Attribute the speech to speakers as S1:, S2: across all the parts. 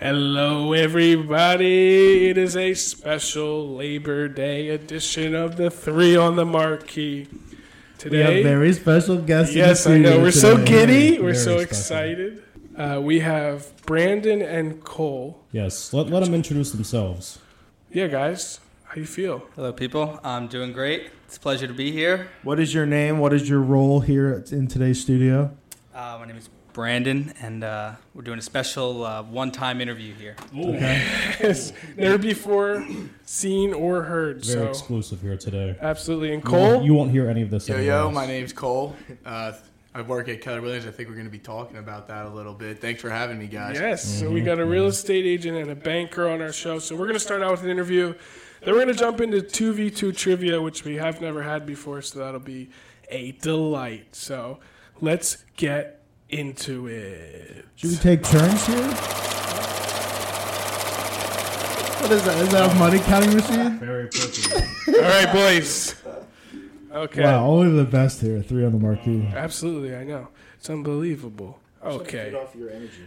S1: Hello, everybody. It is a special Labor Day edition of the Three on the Marquee.
S2: We have
S1: Today,
S2: very special guests. in the
S1: yes, I know.
S2: studio
S1: We're so
S2: today.
S1: giddy. We're
S2: Very, very
S1: so
S2: special.
S1: excited. Uh, we have Brandon and Cole.
S3: Yes, let, let them introduce themselves.
S1: Yeah, guys, how you feel?
S4: Hello, people. I'm doing great. It's a pleasure to be here.
S2: What is your name? What is your role here at- in today's studio?
S4: Uh, my name is Brandon, and uh, we're doing a special uh, one-time interview here.
S1: It's never before seen or heard.
S3: Very
S1: So
S3: exclusive here today.
S1: absolutely. And
S3: You won't-
S1: Cole,
S3: You won't hear any of this.
S5: Yo,
S3: anywhere
S5: yo,
S3: else.
S5: my name's Cole. Uh, I work at Keller Williams. I think we're going to be talking about that a little bit. Thanks for having me, guys.
S1: Yes. So we got a real estate agent and a banker on our show. So we're going to start out with an interview. Then we're going to jump into 2v2 trivia, which we have never had before. So that'll be a delight. So let's get into it.
S2: Should we take turns here? What is that? Is that a money counting machine?
S3: Very appropriate.
S1: All right, boys. Okay.
S2: Wow, only the best here. Three on the marquee.
S1: Oh, Absolutely. I know. It's unbelievable. Okay.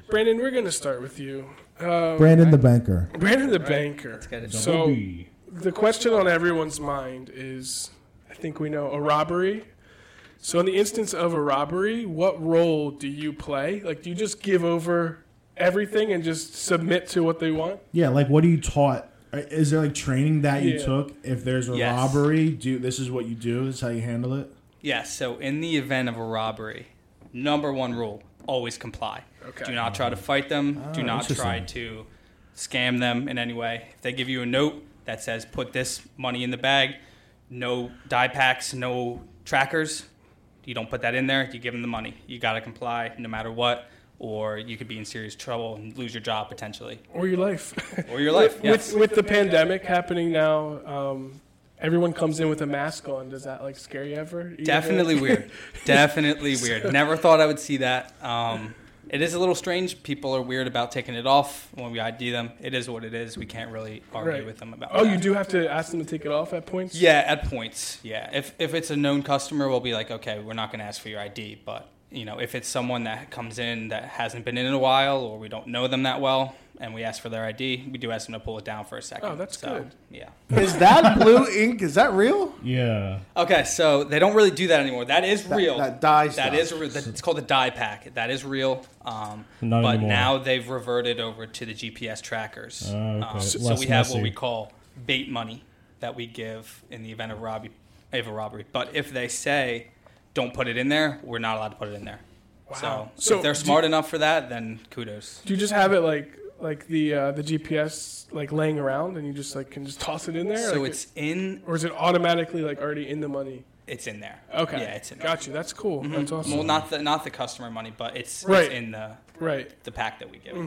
S1: Brandon, we're going to start with you. Um,
S2: Brandon the banker.
S1: Brandon the banker.
S4: Got it.
S1: So-
S3: Double B.
S1: The question on everyone's mind is I think we know a robbery. So, in the instance of a robbery, what role do you play? Like, do you just give over everything and just submit to what they want?
S2: Yeah, like what are you taught? Uh, Is there like training that you
S1: Yeah.
S2: took? If there's a
S4: Yes.
S2: robbery, do this is what you do. This is how you handle it.
S4: Yeah. So, in the event of a robbery, number one rule: always comply.
S1: Okay.
S4: Do not try to fight them. Do not try to scam them in any way. If they give you a note that says "put this money in the bag," no die packs, no trackers. You don't put that in there. You give them the money. You got to comply no matter what, or you could be in serious trouble and lose your job potentially.
S1: Or your life?
S4: Or your life,
S1: With-
S4: yes.
S1: With, with the pandemic happening now, um, everyone comes in with a mask on. Does that, like, scare you ever? You
S4: Definitely
S1: ever-
S4: weird. Definitely weird. Never thought I would see that. Um, it is a little strange. People are weird about taking it off when we ID them. It is what it is. We can't really argue
S1: Right.
S4: with them about.
S1: Oh,
S4: that.
S1: you do have to ask them to take it off at points?
S4: Yeah, at points. Yeah, if if it's a known customer, we'll be like, okay, we're not going to ask for your ID. But you know, if it's someone that comes in that hasn't been in in a while, or we don't know them that well, and we ask for their ID, we do ask them to pull it down for a second.
S1: Oh, that's
S4: So,
S1: good.
S4: Yeah.
S6: Is that blue ink? Is that real?
S3: Yeah.
S4: Okay, so they don't really do that anymore. That is real.
S6: that dye
S4: That
S6: stuff.
S4: is real. That- It's called the dye pack. That is real. Um,
S3: Not
S4: but
S3: anymore.
S4: now they've reverted over to the GPS trackers.
S3: Oh, okay.
S4: Um, so
S3: Less
S4: we have
S3: messy.
S4: what we call bait money that we give in the event of robbery. Of a robbery, but if they say don't put it in there, we're not allowed to put it in there.
S1: Wow.
S4: So,
S1: So
S4: if they're
S1: do-
S4: smart enough for that, then kudos.
S1: Do you just have it, like, like the uh, the GPS like laying around, and you just like can just toss it in there.
S4: So
S1: Like,
S4: it's in,
S1: or is it automatically like already in the money?
S4: it's in there.
S1: Okay,
S4: yeah, it's in Mm-hmm. there.
S1: Got you. That's cool. That's awesome.
S4: Well, not the not the customer money, but it's,
S1: Right.
S4: it's in the
S1: right.
S4: the pack that we give.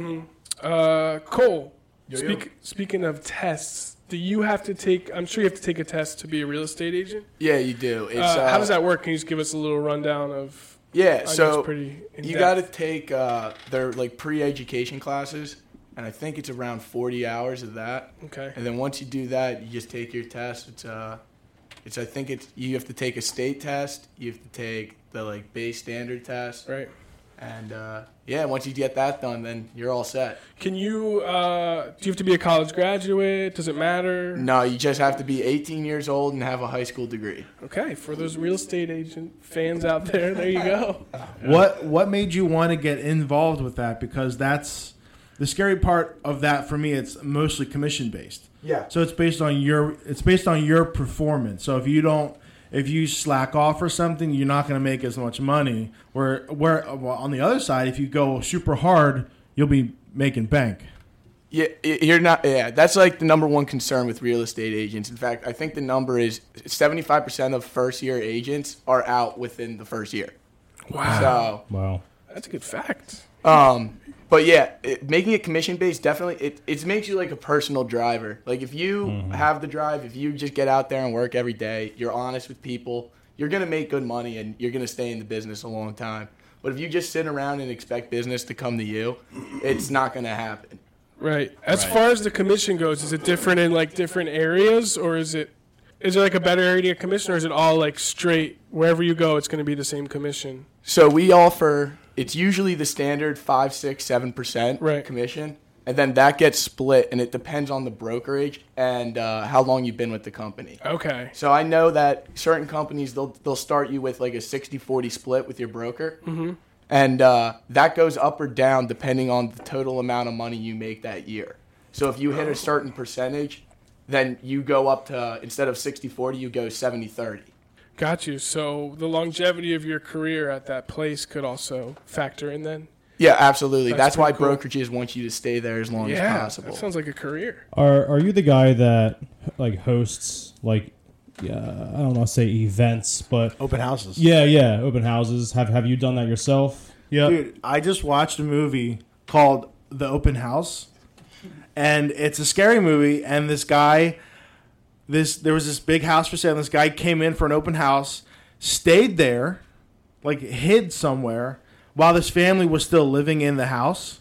S1: Uh, Cole.
S5: Yo, yo.
S1: speak, Speaking of tests, do you have to take? I'm sure you have to take a test to be a real estate agent.
S5: Yeah, you do. It's,
S1: Uh, how does that work? Can you just give us a little rundown of?
S5: Yeah,
S1: I know
S5: so
S1: it's pretty in
S5: you
S1: depth.
S5: got to take uh, their like pre-education classes, and I think it's around 40 hours of that.
S1: Okay.
S5: And then once you do that, you just take your test. It's uh, it's I think it's you have to take a state test. You have to take the like base standard test,
S1: Right.
S5: and uh, yeah, once you get that done, then you're all set.
S1: Can you? Uh, do you have to be a college graduate? Does it matter?
S5: No, you just have to be 18 years old and have a high school degree.
S1: Okay. For those real estate agent fans out there, there you go.
S2: What what made you want to get involved with that? Because that's the scary part of that for me. It's mostly commission based.
S5: Yeah.
S2: So it's based on your it's based on your performance. So if you don't if you slack off or something, you're not going to make as much money. Where where well, on the other side, if you go super hard, you'll be making bank.
S5: Yeah, y- you're not. Yeah, that's like the number one concern with real estate agents. In fact, I think the number is 75% of first year agents are out within the first year.
S1: Ah.
S5: Wow.
S3: Wow.
S1: That's a good fact.
S5: So, um, but yeah, it, making it commission based definitely it, it makes you like a personal driver. Like if you have the drive, if you just get out there and work every day, you're honest with people, you're gonna make good money and you're gonna stay in the business a long time. But if you just sit around and expect business to come to you, it's not gonna happen.
S1: Right. As far as the commission goes, is it different in like different areas, or is it is there like a better area commission, or is it all like straight wherever you go, it's going to be the same commission?
S5: So we offer it's usually the standard five, six, seven percent
S1: Right.
S5: commission, and then that gets split, and it depends on the brokerage and uh, how long you've been with the company.
S1: Okay.
S5: So I know that certain companies they'll they'll start you with like a 60-40 split with your broker, mm-hmm. and uh, that goes up or down depending on the total amount of money you make that year. So if you hit a certain percentage, then you go up to instead of 60-40, you go 70-30.
S1: Got you. So the longevity of your career at that place could also factor in then?
S5: Yeah, absolutely.
S1: That's
S5: That's, why
S1: pretty cool.
S5: brokerages want you to stay there as long
S1: yeah.
S5: as possible.
S1: That sounds like a career.
S3: Are Are you the guy that like hosts like yeah I don't know say events, but
S6: Open houses.
S3: yeah, yeah, open houses. Have Have you done that yourself? Yeah.
S2: Dude, I just watched a movie called The Open House, and it's a scary movie. And this guy, this there was this big house for sale. And this guy came in for an open house, stayed there, like hid somewhere while this family was still living in the house.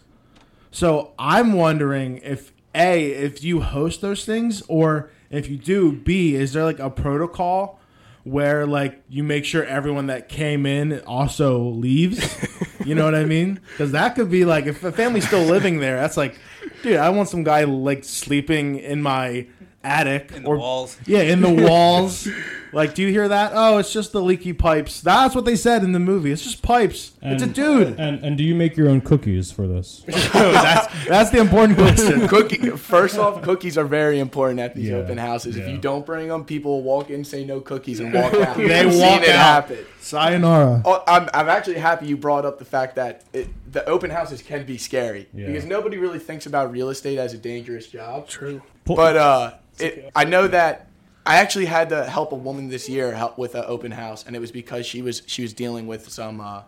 S2: So I'm wondering if a if you host those things or if you do b is there like a protocol where like you make sure everyone that came in also leaves you know what i mean because that could be like if a family's still living there that's like dude i want some guy like sleeping in my attic
S4: in the
S2: or
S4: walls.
S2: yeah, in the walls. like, do you hear that? Oh, it's just the leaky pipes. That's what they said in the movie. It's just pipes. it's a
S3: And-
S2: dude.
S3: And And do you make your own cookies for this?
S2: that's, that's the important question.
S5: Cookie, first off, cookies are very important at these
S3: Yeah,
S5: open houses. If
S3: yeah.
S5: you don't bring them, people will walk in, say no cookies, and walk out. We've
S2: They
S5: seen
S2: walk
S5: it
S2: out.
S5: happen.
S2: Sayonara.
S5: Oh, I'm, I'm actually happy you brought up the fact that it, the open houses can be scary
S3: Yeah.
S5: because nobody really thinks about real estate as a dangerous job.
S1: True.
S5: But uh, it, I know that I actually had to help a woman this year help with an open house, and it was because she was she was dealing with some. Uh,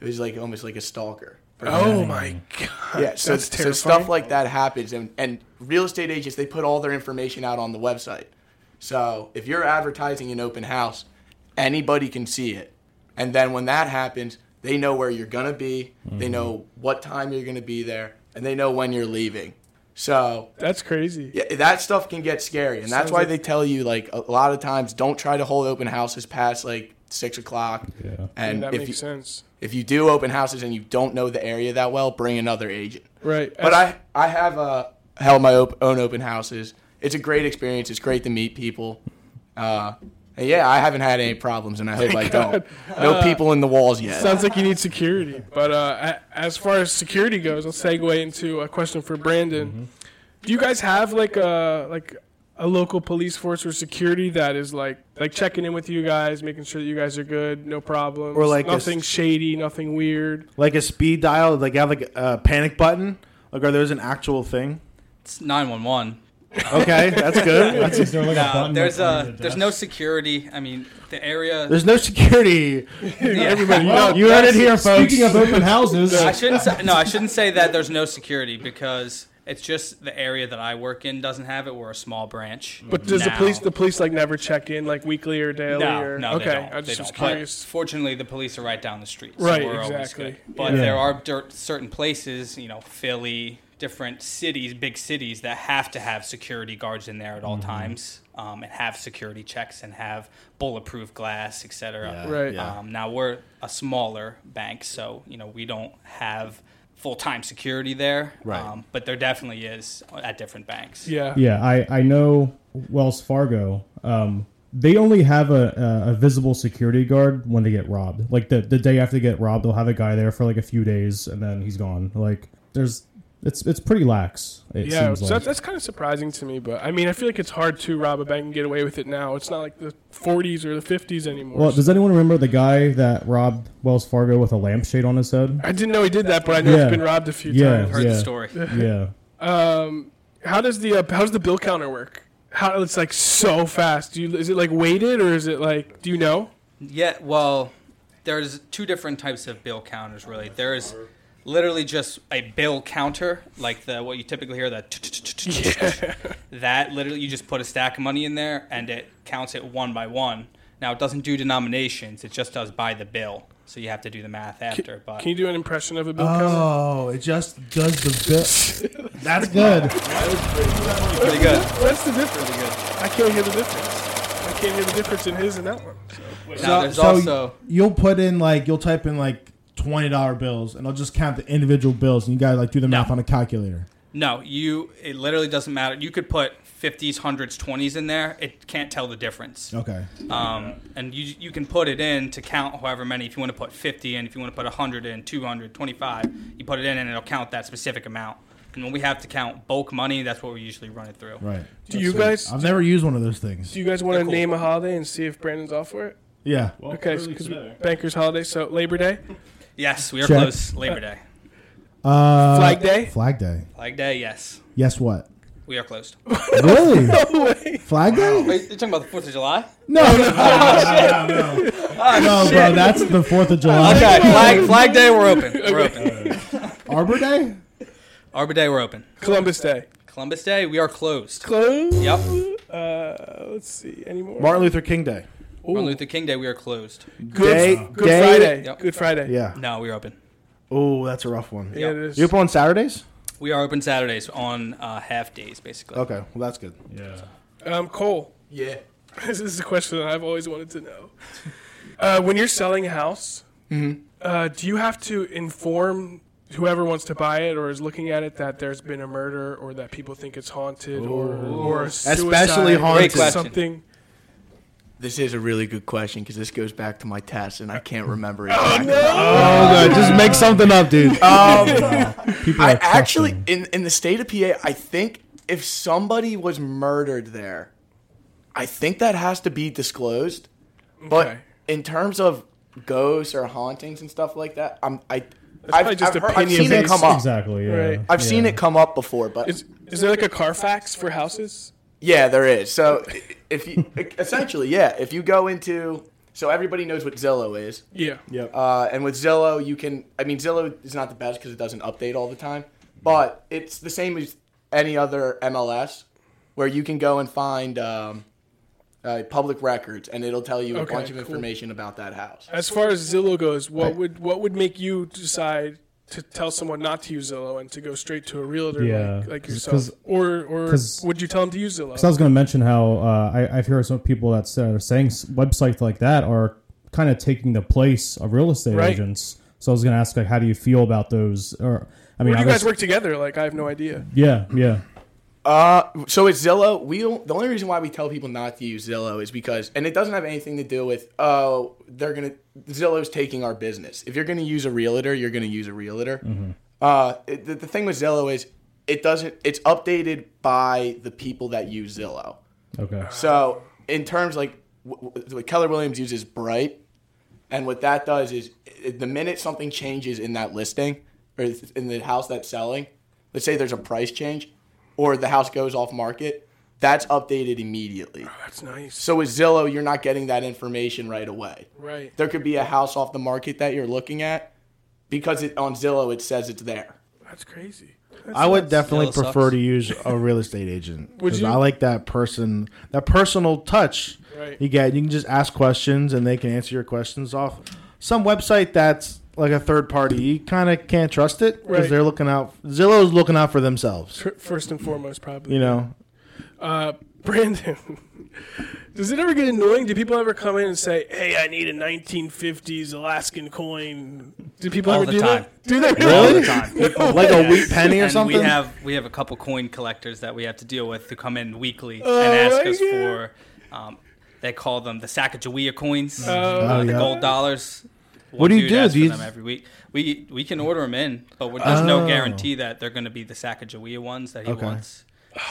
S5: it was like almost like a stalker.
S1: Oh my god.
S5: Yeah, so,
S1: That's
S5: so
S1: terrifying.
S5: stuff like that happens, and, and real estate agents they put all their information out on the website. So if you're advertising an open house, anybody can see it, and then when that happens, they know where you're gonna be, they know what time you're gonna be there, and they know when you're leaving. So
S1: That's crazy.
S5: yeah, that stuff can get scary, and that's
S1: Sounds
S5: why
S1: like-
S5: they tell you like a lot of times don't try to hold open houses past like six o'clock.
S3: Yeah.
S5: And
S1: that
S5: if
S1: makes
S5: you,
S1: sense.
S5: if you do open houses and you don't know the area that well, bring another agent.
S1: Right.
S5: But I, I have uh, held my op- own open houses. It's a great experience. It's great to meet people. Uh, and yeah, I haven't had any problems, and I hope I don't. No people in the walls yet.
S1: Sounds like you need security. But uh, a- as far as security goes, I'll segue into a question for Brandon. Do you guys have like a like a local police force or security that is like like checking in with you guys, making sure that you guys are good, no problems,
S2: Or like a s-
S1: nothing shady, nothing weird?
S2: Like a speed dial, like have like a panic button. Like, are those an actual thing?
S4: It's nine one one.
S2: Okay, that's good. That's-
S3: Is there like a
S4: No,
S3: button
S4: there's
S3: that's under
S4: a
S3: the
S4: there's
S3: desk?
S4: no security. I mean, the area.
S2: there's no security.
S1: Everybody,
S3: Well,
S2: You heard it here, folks.
S3: Speaking of open houses,
S4: I shouldn't say, no, I shouldn't say that there's no security because it's just the area that I work in doesn't have it. We're a small branch.
S1: but does the
S4: now.
S1: police the police like never check in like weekly or daily?
S4: No,
S1: or,
S4: no,
S1: okay,
S4: they don't.
S1: I just
S4: they
S1: was
S4: don't. But
S1: curious.
S4: fortunately, the police are right down the street.
S1: Right,
S4: always
S1: exactly.
S4: good. But
S3: Yeah.
S4: there are dirt, certain places, you know, Philly, different cities, big cities that have to have security guards in there at all
S1: Mm-hmm.
S4: times, um, and have security checks and have bulletproof glass, etc.
S1: Yeah, Right. yeah.
S4: Um, now we're a smaller bank, so you know we don't have full time security there.
S6: Right.
S4: Um, but there definitely is at different banks.
S1: Yeah.
S3: Yeah, I, I know Wells Fargo. Um, they only have a, a, a visible security guard when they get robbed. Like the, the day after they get robbed, they'll have a guy there for like a few days and then he's gone. Like there's it's it's pretty lax. It
S1: Yeah,
S3: seems
S1: so
S3: like.
S1: that's, that's kind of surprising to me, but I mean, I feel like it's hard to rob a bank and get away with it now. It's not like the 40s or the 50s anymore.
S3: well, does anyone remember the guy that robbed Wells Fargo with a lampshade on his head?
S1: I didn't know he did that, but I know
S3: Yeah.
S1: he's been robbed a few
S3: Yeah.
S1: times.
S4: Heard
S3: Yeah.
S4: the story.
S3: yeah.
S1: Um, how does the uh, how does the bill counter work? How it's like so fast? Do you is it like weighted or is it like do you know?
S4: Yeah, well, there's two different types of bill counters, really. There is literally just a bill counter, like the what you typically hear that that literally you just put a stack of money in there and it counts it one by one. Now it doesn't do denominations; it just does by the bill. So you have to do the math after. But
S1: Can you do an impression of a bill counter?
S2: Oh, it just does the bit. That's good.
S4: pretty good.
S1: What's the difference? I can't hear the difference. I
S2: Uh,
S1: can't hear the difference in his and that one.
S4: Now there's also
S2: you'll put in like you'll type in like twenty dollar bills, and I'll just count the individual bills, and you guys like do the math on a calculator.
S4: No, you. It literally doesn't matter. You could put fifties, hundreds, twenties in there. It can't tell the difference.
S2: Okay.
S4: Um, and you you can put it in to count however many. If you want to put fifty in, if you want to put hundred in, 200, 25, you put it in and it'll count that specific amount. And when we have to count bulk money, that's what we usually run it through.
S2: Right.
S1: Do you guys
S2: I've never used one of those things.
S1: do you guys want to
S4: They're cool.
S1: name a holiday and see if Brandon's all for it?
S2: Yeah.
S1: Okay, because Bankers Holiday, so Labor Day,
S4: Yes, we are
S3: Check.
S4: close. Labor Day,
S2: Uh,
S1: Flag Day.
S2: Flag Day.
S4: Flag Day. Yes,
S2: Yes. What?
S4: we are closed.
S2: Really?
S1: No way.
S2: Flag Day?
S4: Wait, you're talking about the Fourth of July?
S2: No. No. No. No, no bro. That's the Fourth of July.
S4: Ah, Okay, Flag Flag Day. We're open. We're open.
S2: Arbor Day.
S4: Arbor Day. We're open.
S1: Columbus Day.
S4: Columbus Day. We are closed.
S1: Close.
S4: Yep.
S1: Uh, let's see. Any more?
S6: Martin Luther King Day.
S4: Martin Luther King Day. We are closed.
S1: Good,
S6: Day-
S1: Good
S6: Day-
S1: Friday.
S4: Yep.
S1: Good Friday.
S6: Yeah.
S4: No, we are open.
S6: Oh, that's a rough one.
S1: Yeah, it is.
S6: You up on Saturdays?
S4: We are open Saturdays on uh, half days, basically.
S6: Okay, well that's good.
S3: Yeah.
S1: Um, Cole,
S5: Yeah.
S1: this is a question that I've always wanted to know. Uh, when you're selling a house, uh, do you have to inform whoever wants to buy it or is looking at it that there's been a murder or that people think it's haunted or, or a suicide
S6: Especially
S1: or
S6: haunted.
S4: Great question.
S1: something?
S5: This is a really good question because this goes back to my test and I can't remember exactly.
S6: Oh, good. Just make something up, dude.
S2: People
S5: I
S2: are
S5: actually,
S2: trusting.
S5: in, in the state of PA, I think if somebody was murdered there, I think that has to be disclosed. But
S1: Okay.
S5: in terms of ghosts or hauntings and stuff like that, I'm I.
S1: probably
S5: I've,
S1: just
S5: I've, heard- I've seen it
S1: opinion-based.
S5: come up.
S3: Exactly. Yeah.
S1: Right.
S5: I've seen
S3: Yeah.
S5: it come up before, but
S1: Is, is there like a Carfax for houses?
S5: Yeah, there is. So if you e, essentially, yeah, if you go into so everybody knows what Zillow is,
S1: Yeah.
S5: uh, and with Zillow you can. I mean, Zillow is not the best because it doesn't update all the time, but it's the same as any other MLS where you can go and find um, uh, public records, and it'll tell you
S1: Okay,
S5: a bunch of
S1: cool.
S5: information about that house.
S1: As far as Zillow goes, what would what would make you decide to tell someone not to use Zillow and to go straight to a realtor
S3: Yeah.
S1: like, like
S3: 'Cause-
S1: yourself,
S3: 'cause-
S1: or or
S3: 'cause-
S1: would you tell them to use Zillow?
S3: So I was going to mention how uh, I, I've heard some people that are saying s- websites like that are kind of taking the place of real estate
S1: Right.
S3: agents. So I was going to ask, like, how do you feel about those? Or I mean,
S1: Where do
S3: I
S1: you guys
S3: guess,
S1: work together? Like, I have no idea.
S3: yeah, yeah,
S5: Uh, so it's Zillow. We don't, the only reason why we tell people not to use Zillow is because, and it doesn't have anything to do with oh they're gonna Zillow's taking our business. If you're gonna use a realtor, you're gonna use a realtor. Uh, it- the, the thing with Zillow is it doesn't. It's updated by the people that use Zillow.
S3: okay,
S5: So in terms like w- w- what Keller Williams uses Bright, and what that does is i- the minute something changes in that listing or th- in the house that's selling, let's say there's a price change, or the house goes off market, that's updated immediately.
S1: That's nice.
S5: So with Zillow, you're not getting that information right away.
S1: Right.
S5: There could be a house off the market that you're looking at because it, on Zillow it says it's there.
S1: That's crazy.
S6: I would definitely
S4: Yellow
S6: prefer
S4: sucks.
S6: to use a real estate agent
S1: Would
S6: because
S1: you?
S6: I like that person, that personal touch.
S1: Right.
S6: You get, you can just ask questions and they can answer your questions off some website that's like a third party. You kind of can't trust it because
S1: Right.
S6: they're looking out. Zillow's looking out for themselves.
S1: Fir- First and foremost, probably.
S6: You know,
S1: Uh, Brandon, does it ever get annoying? Do people ever come in and say, "Hey, I need a 1950s Alaskan coin"? Do people
S4: All
S1: ever
S4: the
S1: do
S4: time. Oh,
S1: that? Do they
S4: All the
S1: really?
S4: time.
S6: like a wheat penny or
S4: and
S6: something.
S4: we have we have a couple coin collectors that we have to deal with who come in weekly
S6: Oh,
S4: and ask
S1: my
S4: us
S1: God.
S4: for. Um, they call them the Sacagawea coins,
S1: Oh,
S4: uh, the
S6: yeah.
S4: gold dollars. One
S6: What do you
S4: dude
S6: do?
S4: asks
S6: Do
S4: for
S6: you
S4: them
S6: just- Oh.
S4: every week? We we can order them in, but we're- there's no guarantee that they're going to be the Sacagawea ones that he wants.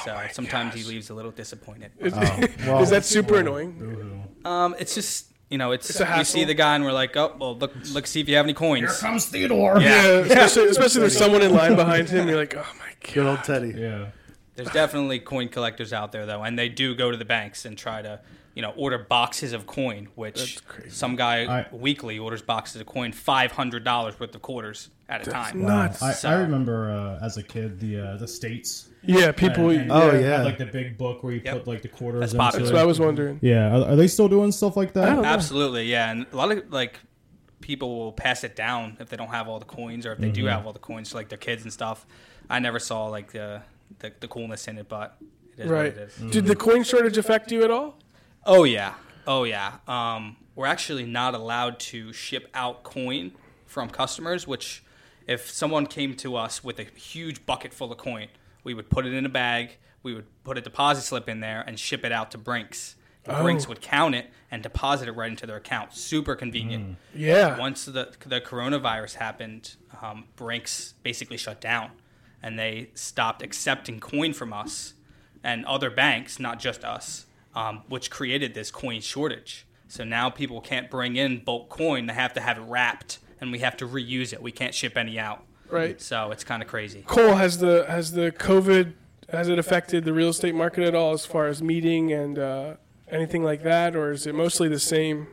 S4: So sometimes he leaves a little disappointed.
S1: Is that super annoying?
S4: Um, it's just you know, it's,
S1: a
S4: you see
S1: hassle.
S4: the guy and we're like, oh well, look look see if you have any coins.
S3: comes Theodore.
S1: Yeah, especially, especially there's someone in line behind him. You're like, oh my god.
S6: Good old Teddy.
S3: yeah.
S4: There's definitely coin collectors out there though, and they do go to the banks and try to, you know, order boxes of coin, which some guy
S3: I-
S4: weekly orders boxes of coin, five hundred dollars worth of quarters at a time.
S1: Nuts.
S3: I, I
S4: So-
S3: remember uh, as a kid the uh, the states.
S1: Yeah, people.
S3: And- and-
S6: Oh,
S3: had,
S6: yeah.
S3: like the big book where you
S4: Yep.
S3: put like the quarters.
S4: That's
S3: into
S4: popular.
S1: That's
S3: it.
S1: what I was wondering.
S3: Yeah, are, are they still doing stuff like that?
S4: Absolutely, yeah, and a lot of like people will pass it down if they don't have all the coins or if they do have all the coins, to, like their kids and stuff. I never saw like the the, the coolness in it, but it is
S1: Right.
S4: what it is.
S1: Did the coin shortage affect you at all?
S4: Oh yeah, oh yeah. Um, we're actually not allowed to ship out coin from customers, which if someone came to us with a huge bucket full of coin, we would put it in a bag, we would put a deposit slip in there, and ship it out to Brinks. And Brinks would count it and deposit it right into their account. Super convenient.
S1: Yeah.
S4: Once the, the coronavirus happened, um, Brinks basically shut down and they stopped accepting coin from us and other banks, not just us, um, which created this coin shortage. So now people can't bring in bulk coin. They have to have it wrapped and we have to reuse it. We can't ship any out.
S1: Right.
S4: So it's kind of crazy.
S1: Cole, has the has the COVID has it affected the real estate market at all as far as meeting and uh, anything like that, or is it mostly the same?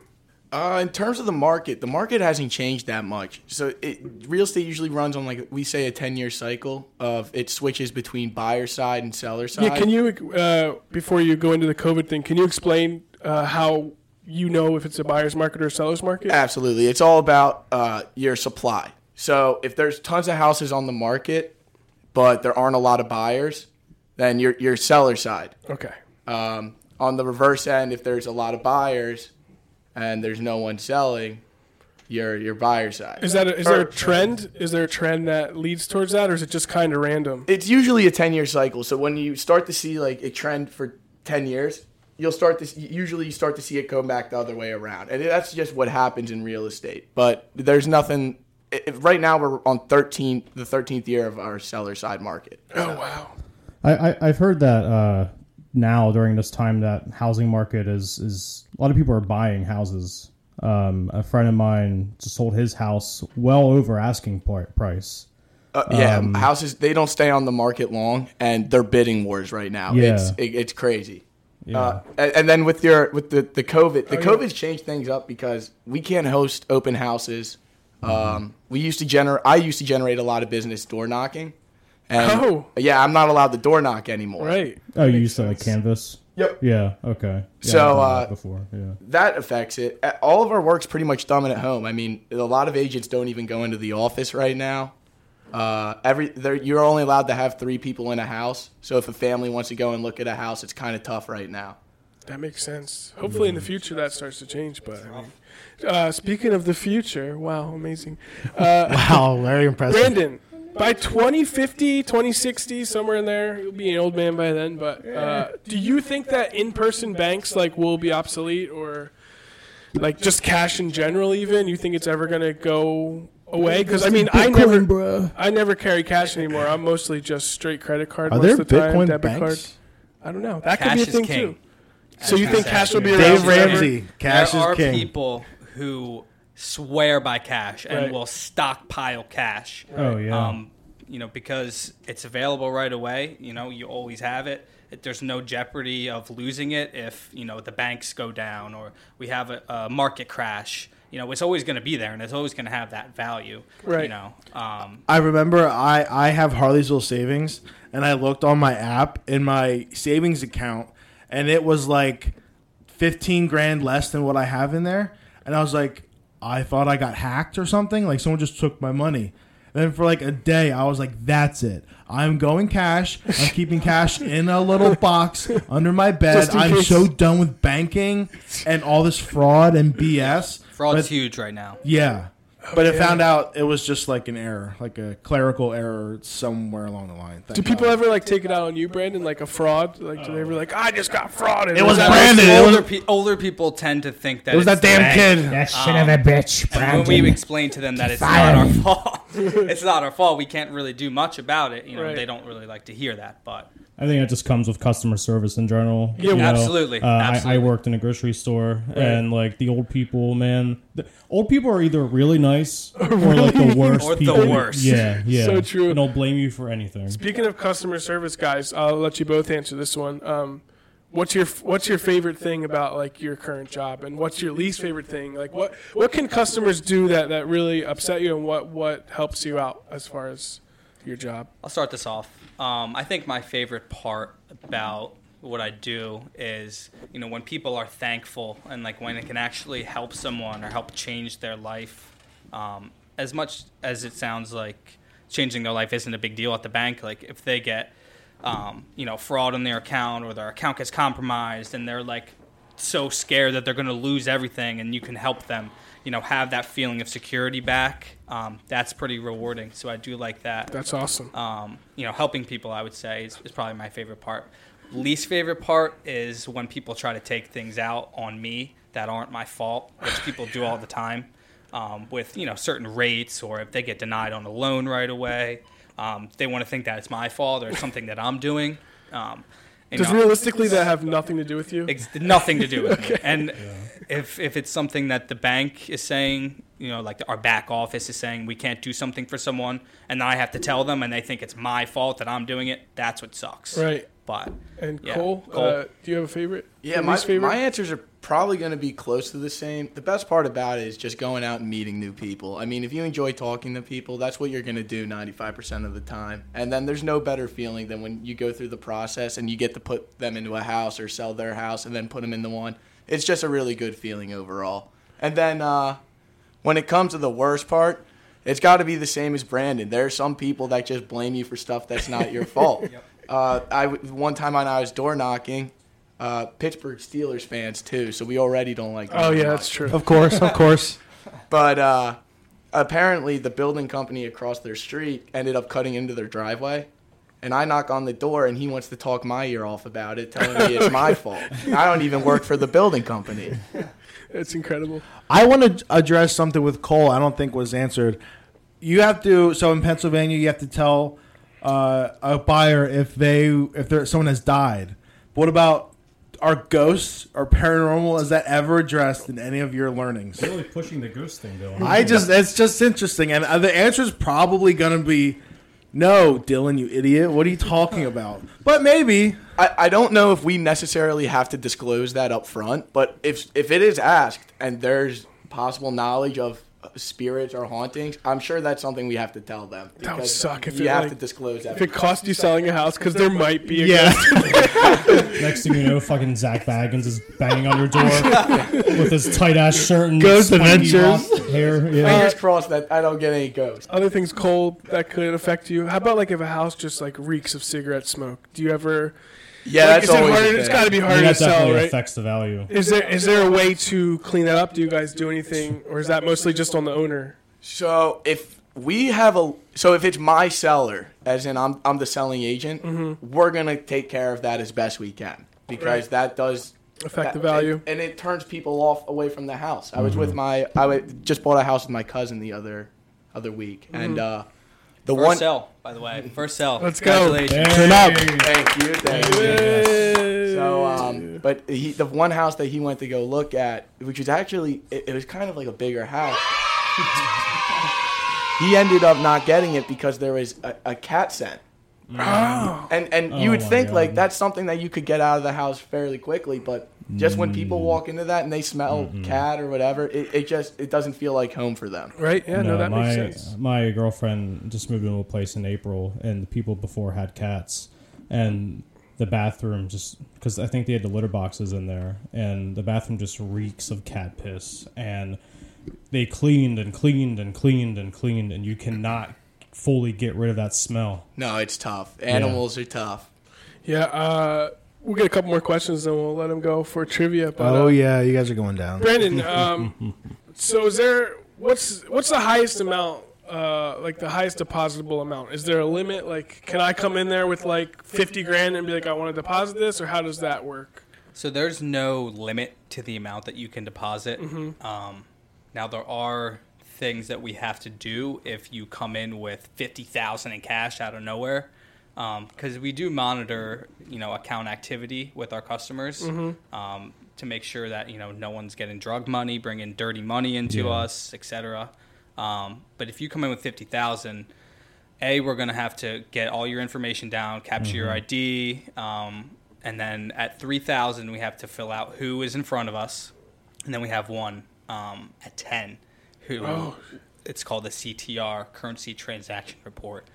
S5: Uh, in terms of the market, the market hasn't changed that much. So it, real estate usually runs on like we say a ten year cycle of it switches between buyer side and seller side.
S1: Yeah, can you uh, before you go into the COVID thing, can you explain uh, how you know if it's a buyer's market or a seller's market?
S5: Absolutely. It's all about uh, your supply. So if there's tons of houses on the market, but there aren't a lot of buyers, then you're, you're seller side.
S1: Okay.
S5: Um, on the reverse end, if there's a lot of buyers and there's no one selling, you're, you're buyer side.
S1: Is that a, is there a trend? Is there a trend that leads towards that, or is it just kind of random?
S5: it's usually a 10 year cycle. So when you start to see like a trend for 10 years, you'll start to s- usually you start to see it come back the other way around. And that's just what happens in real estate. But there's nothing i- i- right now we're on 13 the 13th year of our seller side market.
S1: Oh wow.
S3: I, I I've heard that uh, now during this time that housing market is is a lot of people are buying houses. Um, a friend of mine just sold his house well over asking pl- price.
S5: Uh, yeah, houses they don't stay on the market long and they're bidding wars right now.
S3: Yeah.
S5: It's it, it's crazy. Uh, and, and then with your with the the COVID, the
S1: Oh, yeah.
S5: COVID's changed things up because we can't host open houses. Um, we used to generate. I used to generate a lot of business door knocking. And
S1: Oh.
S5: yeah, I'm not alled to door knock anymore.
S1: Right.
S3: Oh, you used to like canvas.
S5: Yep.
S3: Yeah. Okay. Yeah, I've done
S5: So,
S3: that
S5: uh,
S3: before, yeah.
S5: That affects it. Uh, All of our work's pretty much done at home. I mean, a lot of agents don't even go into the office right now. Uh, every they're- you're only allowed to have three people in a house. So if a family wants to go and look at a house, it's kind of tough right now.
S1: That makes sense. Hopefully, in the future, that starts to change. But I mean, uh, speaking of the future, wow, amazing. Uh,
S6: Wow, very impressive.
S1: Brandon, by 2050, 2060, somewhere in there, you'll be an old man by then. But uh, do you think that in-person banks like will be obsolete, or like just cash in general? Even you think it's ever gonna go away? Because I mean, I never,
S6: bro.
S1: I never carry cash anymore. I'm mostly just straight credit card.
S6: Are
S1: most
S6: there
S1: of the time,
S6: Bitcoin
S1: debit
S6: banks?
S1: card. I don't know. That could
S4: Cash
S1: be a
S4: is
S1: thing
S4: king.
S1: too. So you think
S4: is
S1: cash will be
S4: king.
S1: around?
S6: Dave
S1: forever?
S6: Ramsey, cash
S4: there are
S6: is king.
S4: people who swear by cash and
S1: Right.
S4: will stockpile cash.
S3: Oh yeah.
S4: Um, you know, because it's available right away. You know, you always have it. There's no jeopardy of losing it if you know the banks go down or we have a, a market crash. You know, it's always going to be there and it's always going to have that value.
S1: Right.
S4: You know, um,
S6: I remember I, I have Harleysville savings and I looked on my app in my savings account and it was like 15 grand less than what I have in there. And I was like, I thought I got hacked or something. Like someone just took my money. And then for like a day, I was like, that's it. I'm going cash. I'm keeping cash in a little box under my bed.
S1: Just in
S6: I'm
S1: case.
S6: so done with banking and all this fraud and BS.
S4: fraud's
S6: But-
S4: huge right now.
S6: yeah. But it found out it was just like an error, like a clerical error somewhere along the line. Thank
S1: Do people
S6: God.
S1: ever like take it out on you, Brandon? Like a fraud? Like do they ever like I just got frauded?
S6: It was
S1: that-
S6: Brandon. It was,
S4: older, pe- older people tend to think that
S6: it was that
S4: it's
S6: damn
S4: the bank.
S6: kid.
S7: That son of a bitch,
S4: And
S7: Brandon.
S4: when we explain to them that it's not our fault, it's not our fault. We can't really do much about it. You know,
S1: Right.
S4: they don't really like to hear that. But
S3: I think that just comes with customer service in general.
S1: Yeah,
S3: you know.
S4: absolutely,
S3: Uh, I- I,
S4: absolutely.
S3: worked in a grocery store, and like the old people, man, the old people are either really nice or like the worst.
S4: Or the
S3: people.
S4: worst.
S3: Yeah, yeah.
S1: So true.
S3: And they'll blame you for anything.
S1: Speaking of customer service, guys, I'll let you both answer this one. Um, what's your What's your favorite thing about like your current job, and what's your least favorite thing? Like what What can customers do that that really upset you, and what what helps you out as far as your job?
S4: I'll start this off. Um, I think my favorite part about what I do is, you know, when people are thankful and like when it can actually help someone or help change their life. Um, as much as it sounds like changing their life isn't a big deal at the bank, like if they get, um, you know, fraud on their account or their account gets compromised and they're like so scared that they're going to lose everything, and you can help them, you know, have that feeling of security back. Um, that's pretty rewarding. So I do like that.
S1: That's awesome.
S4: Um, you know, helping people, I would say, is, is probably my favorite part. Least favorite part is when people try to take things out on me that aren't my fault, which people do all the time um, with you know certain rates, or if they get denied on a loan right away, um, they want to think that it's my fault or it's something that I'm doing. Um, you
S1: Does
S4: know,
S1: realistically that have nothing to do with you?
S4: it's nothing to do with me. And if if it's something that the bank is saying, you know, like our back office is saying we can't do something for someone, and then I have to tell them, and they think it's my fault that I'm doing it. That's what sucks.
S1: Right.
S4: But
S1: And
S4: Yeah,
S1: Cole,
S4: Cole.
S1: Uh, do you have a favorite?
S5: Yeah,
S1: Your
S5: my,
S1: least favorite?
S5: my answers are probably going to be close to the same. The best part about it is just going out and meeting new people. I mean, if you enjoy talking to people, that's what you're going to do 95% of the time. And then there's no better feeling than when you go through the process and you get to put them into a house or sell their house and then put them into one. It's just a really good feeling overall. And then uh, when it comes to the worst part, it's got to be the same as Brandon. There are some people that just blame you for stuff that's not your fault. Uh, I w- one time when I was door knocking, uh, Pittsburgh Steelers fans too, so we already don't like.
S1: Oh
S5: door
S1: yeah,
S5: knocking.
S1: that's true.
S2: Of course, of course.
S5: But uh, apparently, the building company across their street ended up cutting into their driveway. And I knock on the door, and he wants to talk my ear off about it, telling me it's my fault. I don't even work for the building company.
S1: It's incredible.
S2: I want to address something with Cole. I don't think was answered. You have to so in Pennsylvania, you have to tell uh, a buyer if they if there someone has died. But what about are ghosts or paranormal? Is that ever addressed in any of your learnings?
S3: Really pushing the ghost thing though.
S2: I just it's just interesting, and uh, the answer is probably going to be no, Dylan, you idiot. What are you talking about? But maybe
S5: I, I don't know if we necessarily have to disclose that up front, but if if it is asked and there's possible knowledge of uh, spirits or hauntings, I'm sure that's something we have to tell them.
S1: That would
S5: because
S1: suck if
S5: you
S1: it,
S5: have
S1: like-
S5: to disclose that.
S1: If it cost you selling a house, because there might be a
S2: yeah.
S3: Next thing you know, fucking Zach Baggins is banging on your door with his tight ass shirt and
S2: Ghost
S3: spiky
S2: Adventures.
S3: rock hair. Yeah.
S5: Fingers crossed that I don't get any ghosts.
S1: other things cold that could affect you. How about like if a house just like reeks of cigarette smoke? Do you ever?
S5: Yeah,
S1: like,
S5: that's
S1: is it
S5: always.
S1: harder-
S5: a
S1: It's
S5: thing.
S1: got to be
S3: I mean,
S1: harder to
S3: that
S1: sell,
S3: definitely
S1: right?
S3: affects the value.
S1: Is there is there a way to clean that up? Do you guys do anything, or is that mostly just on the owner?
S5: So if we have a so if it's my seller, as in I'm I'm the selling agent, we're gonna take care of that as best we can because
S1: Mm-hmm. Right.
S5: that does
S1: Affect
S5: that-
S1: the value. Mm-hmm.
S5: and, and it turns people off away from the house. I was with my I wa- just bought a house with my cousin the other other week, and uh,
S1: Mm-hmm.
S5: the
S4: First
S5: one
S4: sell, by the way, first sell.
S1: Let's go.
S4: Congratulations.
S3: Turn up.
S5: thank you thank you. So,
S1: Dude.
S5: um, but he, the one house that he went to go look at, which was actually, it, it was kind of like a bigger house. he ended up not getting it because there was a, a cat scent.
S1: oh,
S5: And and you
S3: Oh
S5: would
S3: my
S5: think like
S3: God.
S5: that's something that you could get out of the house fairly quickly, but just when
S3: Mm.
S5: people walk into that and they smell
S3: Mm-hmm.
S5: cat or whatever, it, it just it doesn't feel like home for them.
S1: right? Yeah, no, that
S3: my,
S1: makes sense.
S3: My girlfriend just moved into a place in April, and the people before had cats, and the bathroom just because I think they had the litter boxes in there, and the bathroom just reeks of cat piss, and they cleaned and cleaned and cleaned and cleaned, and you cannot fully get rid of that smell.
S5: No, it's tough. Animals are tough.
S1: Yeah, uh, we'll get a couple more questions, then we'll let him go for trivia. But, uh,
S2: Oh yeah, you guys are going down.
S1: Brandon, um, so is there what's what's the highest amount? Uh, like the highest depositable amount. Is there a limit? Like, can I come in there with like fifty grand and be like, I want to deposit this, or how does that work?
S4: So there's no limit to the amount that you can deposit. Um, now there are things that we have to do if you come in with fifty thousand in cash out of nowhere, because we do monitor, you know, account activity with our customers um, to make sure that you know no one's getting drug money, bringing dirty money into us, etc. Um, but if you come in with fifty thousand, a, we're going to have to get all your information down, capture your ID, um, and then at 3,000, we have to fill out who is in front of us. And then we have one um, at 10 who it's called the CTR, Currency Transaction Report.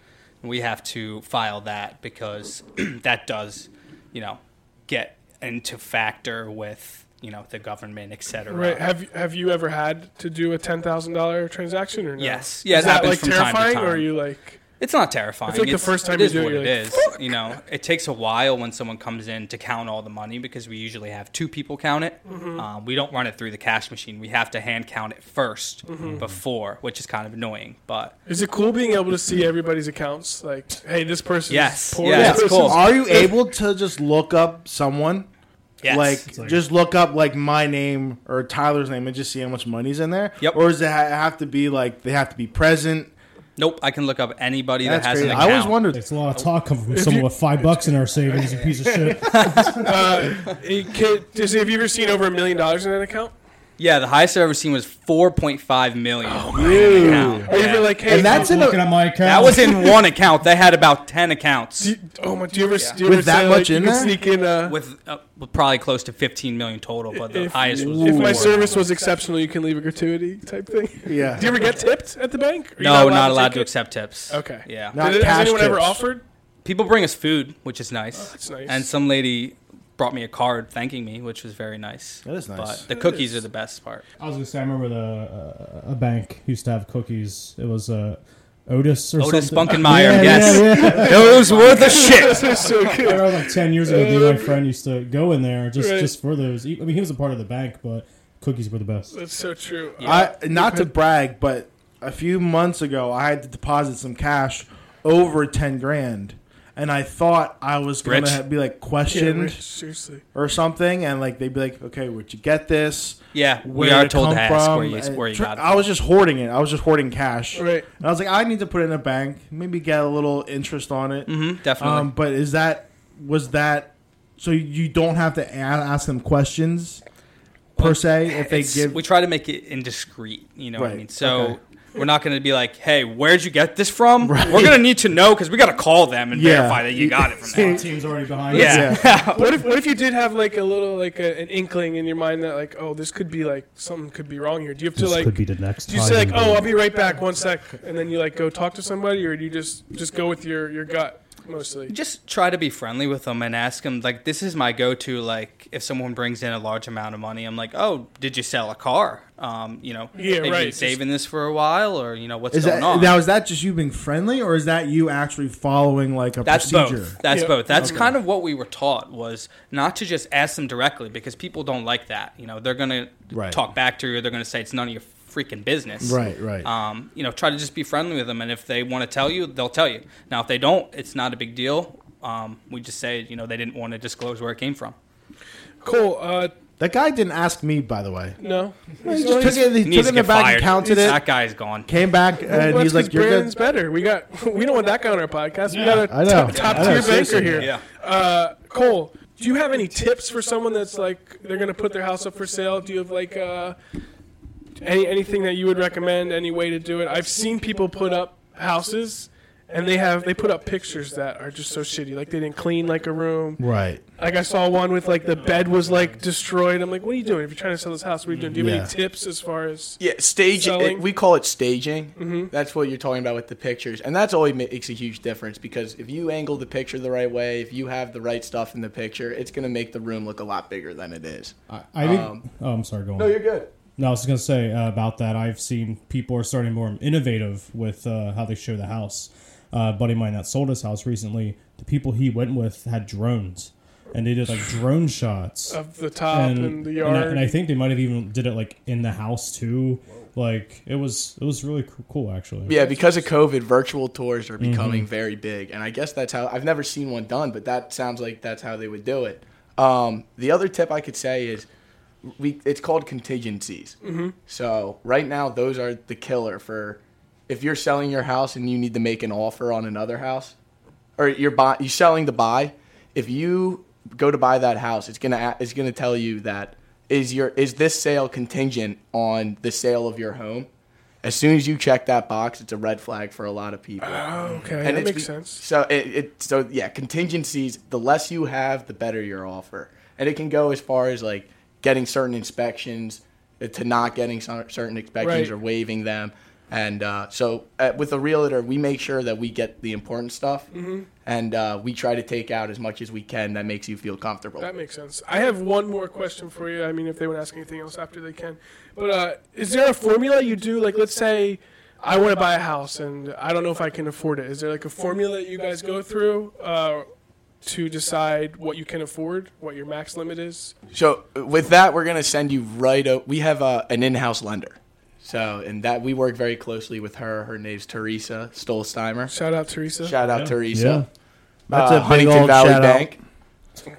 S4: And we have to file that because that does, you know, get into factor with, you know, the government, et cetera.
S1: Right? Have Have you ever had to do a ten thousand dollar transaction or no?
S4: Yes. Yeah,
S1: Is
S4: it
S1: that
S4: happens
S1: like
S4: from time to
S1: terrifying, or are
S4: time.
S1: you like
S4: It's not terrifying.
S1: It's like the first time
S4: it
S1: you
S4: is
S1: do it,
S4: what
S1: you're
S4: it
S1: like,
S4: is. You know, it takes a while when someone comes in to count all the money because we usually have two people count it.
S1: Mm-hmm.
S4: Um, we don't run it through the cash machine. We have to hand count it 1st
S1: Mm-hmm.
S4: before, which is kind of annoying. But
S1: Is it cool being able to see everybody's accounts? Like, hey, this person.
S4: Yes,
S1: Poor,
S4: yeah,
S1: this
S4: it's
S1: person's-
S4: cool.
S6: Are you able to just look up someone?
S4: yes,
S6: Like,
S3: like-
S6: just look up like my name or Tyler's name and just see how much money's in there.
S4: Yep.
S6: Or does it ha- have to be like they have to be present?
S4: nope, I can look up anybody
S6: That's
S4: that has
S6: crazy.
S4: an
S6: I
S4: account.
S6: always wondered.
S3: It's a lot of talk coming from someone with five bucks in our savings, you piece of shit.
S1: It uh, can- just- have you ever seen over a million dollars in an account?
S4: Yeah, the highest I've ever seen was 4.5 million.
S1: Oh,
S4: in an account.
S1: Or you
S4: Yeah.
S1: ever like, hey,
S6: And that's in
S3: Looking
S6: a,
S3: at my account.
S4: that was in one account. They had about 10 accounts.
S1: do you, oh my, do you ever, do you ever
S6: With that
S1: say,
S6: much
S1: like, you
S6: in
S1: can
S6: there?
S1: sneak in? Uh,
S4: with uh, probably close to 15 million total, but the
S1: If-
S4: highest was
S1: if my
S4: four.
S1: service was exceptional, you can leave a gratuity type thing.
S6: yeah.
S1: Do you ever get tipped at the bank? Are you
S4: No, not allowed
S1: take
S4: to
S1: it?
S4: accept tips.
S1: Okay.
S4: Yeah.
S6: Not
S1: Did, has
S6: cash
S1: anyone ever
S6: tips.
S1: offered?
S4: People bring us food, which is
S6: Oh,
S4: nice.
S1: that's nice.
S4: And some lady brought me a card thanking me, which was very nice. That
S6: is nice.
S4: But the cookies are the best part.
S3: I was gonna say I remember the uh, a bank used to have cookies. It was uh, Otis or
S4: Otis
S3: something.
S4: Bunkenmeyer, yes.
S3: Yeah, yeah, yeah.
S4: It was worth a shit.
S1: This is so good.
S3: I remember like ten years ago, me and my friend used to go in there just
S1: Right.
S3: just for those. I mean, he was a part of the bank, but cookies were the best.
S1: That's so true.
S6: I not to brag, but a few months ago I had to deposit some cash over ten grand, and I thought I was gonna
S4: Rich.
S6: ha- be like
S1: Yeah,
S6: questioned
S1: Rich, seriously.
S6: or something, and like they'd be like, "Okay, where'd you get this?
S4: Yeah, we
S6: Where'd
S4: are
S6: it
S4: told
S6: come
S4: to ask
S6: from?" Uh,
S4: where you,
S6: And
S4: where you
S6: tr-
S4: got
S6: I was just hoarding it. I was just hoarding cash,
S1: Right.
S6: and I was like, "I need to put it in a bank, maybe get a little interest on it."
S4: hmm definitely.
S6: Um, but is that was that so you don't have to a- ask them questions per se if they
S4: It's-
S6: give
S4: we try to make it indiscreet, you know what I
S6: Right,
S4: mean? So
S6: okay.
S4: we're not going to be like, hey, where'd you get this from? We're going to need to know because we got to call them and
S6: Yeah.
S4: verify that you got it from them.
S3: Our team's already behind. us.
S4: Yeah.
S1: What if what if you did have like a little like a, an inkling in your mind that like oh this could be like something could be wrong here? Do you have to
S3: this
S1: like
S3: could be
S1: do
S3: the next.
S1: you say like
S3: Heisman
S1: oh I'll
S3: vote.
S1: be right back one sec and then you like go talk to somebody or do you just just go with your your gut mostly?
S4: just try to be friendly with them and ask them like this is my go-to like if someone brings in a large amount of money i'm like oh did you sell a car um you know
S1: Yeah,
S4: have you
S1: right,
S4: been
S1: just-
S4: saving this for a while or you know what's
S6: Is
S4: going
S6: that
S4: on
S6: now? Is that just you being friendly, or is that you actually following like a
S4: that's
S6: procedure?
S4: both that's
S1: Yeah.
S4: both that's kind of what we were taught was not to just ask them directly because people don't like that you know they're gonna
S6: Right.
S4: talk back to you they're gonna say it's none of your freaking business
S6: Right, right.
S4: um, you know try to just be friendly with them and if they want to tell you they'll tell you now if they don't it's not a big deal um, we just say you know they didn't want to disclose where it came from
S1: Cool. Uh,
S6: That guy didn't ask me, by the way.
S1: no.
S6: He just took it, he took it in the back and counted it,
S4: That guy's gone.
S6: came back, and
S1: Well,
S6: he's
S1: that's
S6: like,
S1: 'cause
S6: "You're
S1: Brandon's
S6: good."
S1: better. We got we don't want that guy on our podcast. We got
S6: I
S1: a
S6: know.
S1: top, top
S6: I know,
S1: tier banker
S6: seriously.
S1: here.
S4: Yeah.
S1: Uh, Cole, do you have any tips for someone that's like they're gonna put their house up for sale? Do you have like uh, any anything that you would recommend? Any way to do it? I've seen people put up houses. And they have they put up pictures that are just so shitty. Like they didn't clean like a room.
S6: Right.
S4: Uh,
S1: Like I saw one with like the bed was like destroyed. I'm like, what are you doing? If you're trying to sell this house, what are you doing? Do you have
S6: Yeah.
S1: any tips as far as
S5: Yeah, staging.
S1: Selling.
S5: It, we call it staging. That's what you're talking about with the pictures, and that's always makes a huge difference because if you angle the picture the right way, if you have the right stuff in the picture, it's going to make the room look a lot bigger than it is.
S3: I, I think.
S5: Um,
S3: oh, I'm sorry. Go on.
S5: good.
S3: No, I was going to say uh, about that. I've seen people are starting more innovative with uh, how they show the house. Uh, a buddy of mine that sold his house recently, the people he went with had drones, and they did like drone shots.
S1: of the top and, the yard?
S3: and I, and I think they might have even did it like in the house too. Like it was, it was really coo- cool actually.
S5: Yeah, because of COVID, virtual tours are becoming very big, and I guess that's how I've never seen one done, but that sounds like that's how they would do it. Um, the other tip I could say is we it's called contingencies. So right now, those are the killer for if you're selling your house and you need to make an offer on another house, or you're buy, you're selling to buy. If you go to buy that house, it's gonna a- it's gonna tell you that is your is this sale contingent on the sale of your home. As soon as you check that box, it's a red flag for a lot of people.
S1: okay,
S5: And
S1: that
S5: it's-
S1: makes sense.
S5: So it, it so yeah, contingencies. The less you have, the better your offer, and it can go as far as like getting certain inspections uh, to not getting cer- certain
S1: Right.
S5: inspections or waiving them. And uh, so uh, with a realtor, we make sure that we get the important stuff,
S1: Mm-hmm.
S5: and uh, we try to take out as much as we can that makes you feel comfortable.
S1: That makes sense. I have one more question for you. I mean, if they want to ask anything else after, they can. But uh, is there a formula you do? Like, let's say I want to buy a house and I don't know if I can afford it. Is there like a formula that you guys go through uh, to decide what you can afford, what your max limit is?
S5: So uh, with that, we're gonna send you right. O- we have uh, an in-house lender, so and that we work very closely with her. Her name's Teresa Stolsteimer.
S1: Shout out Teresa.
S5: Shout out Teresa.
S6: That's
S5: Uh,
S6: a big old shout out.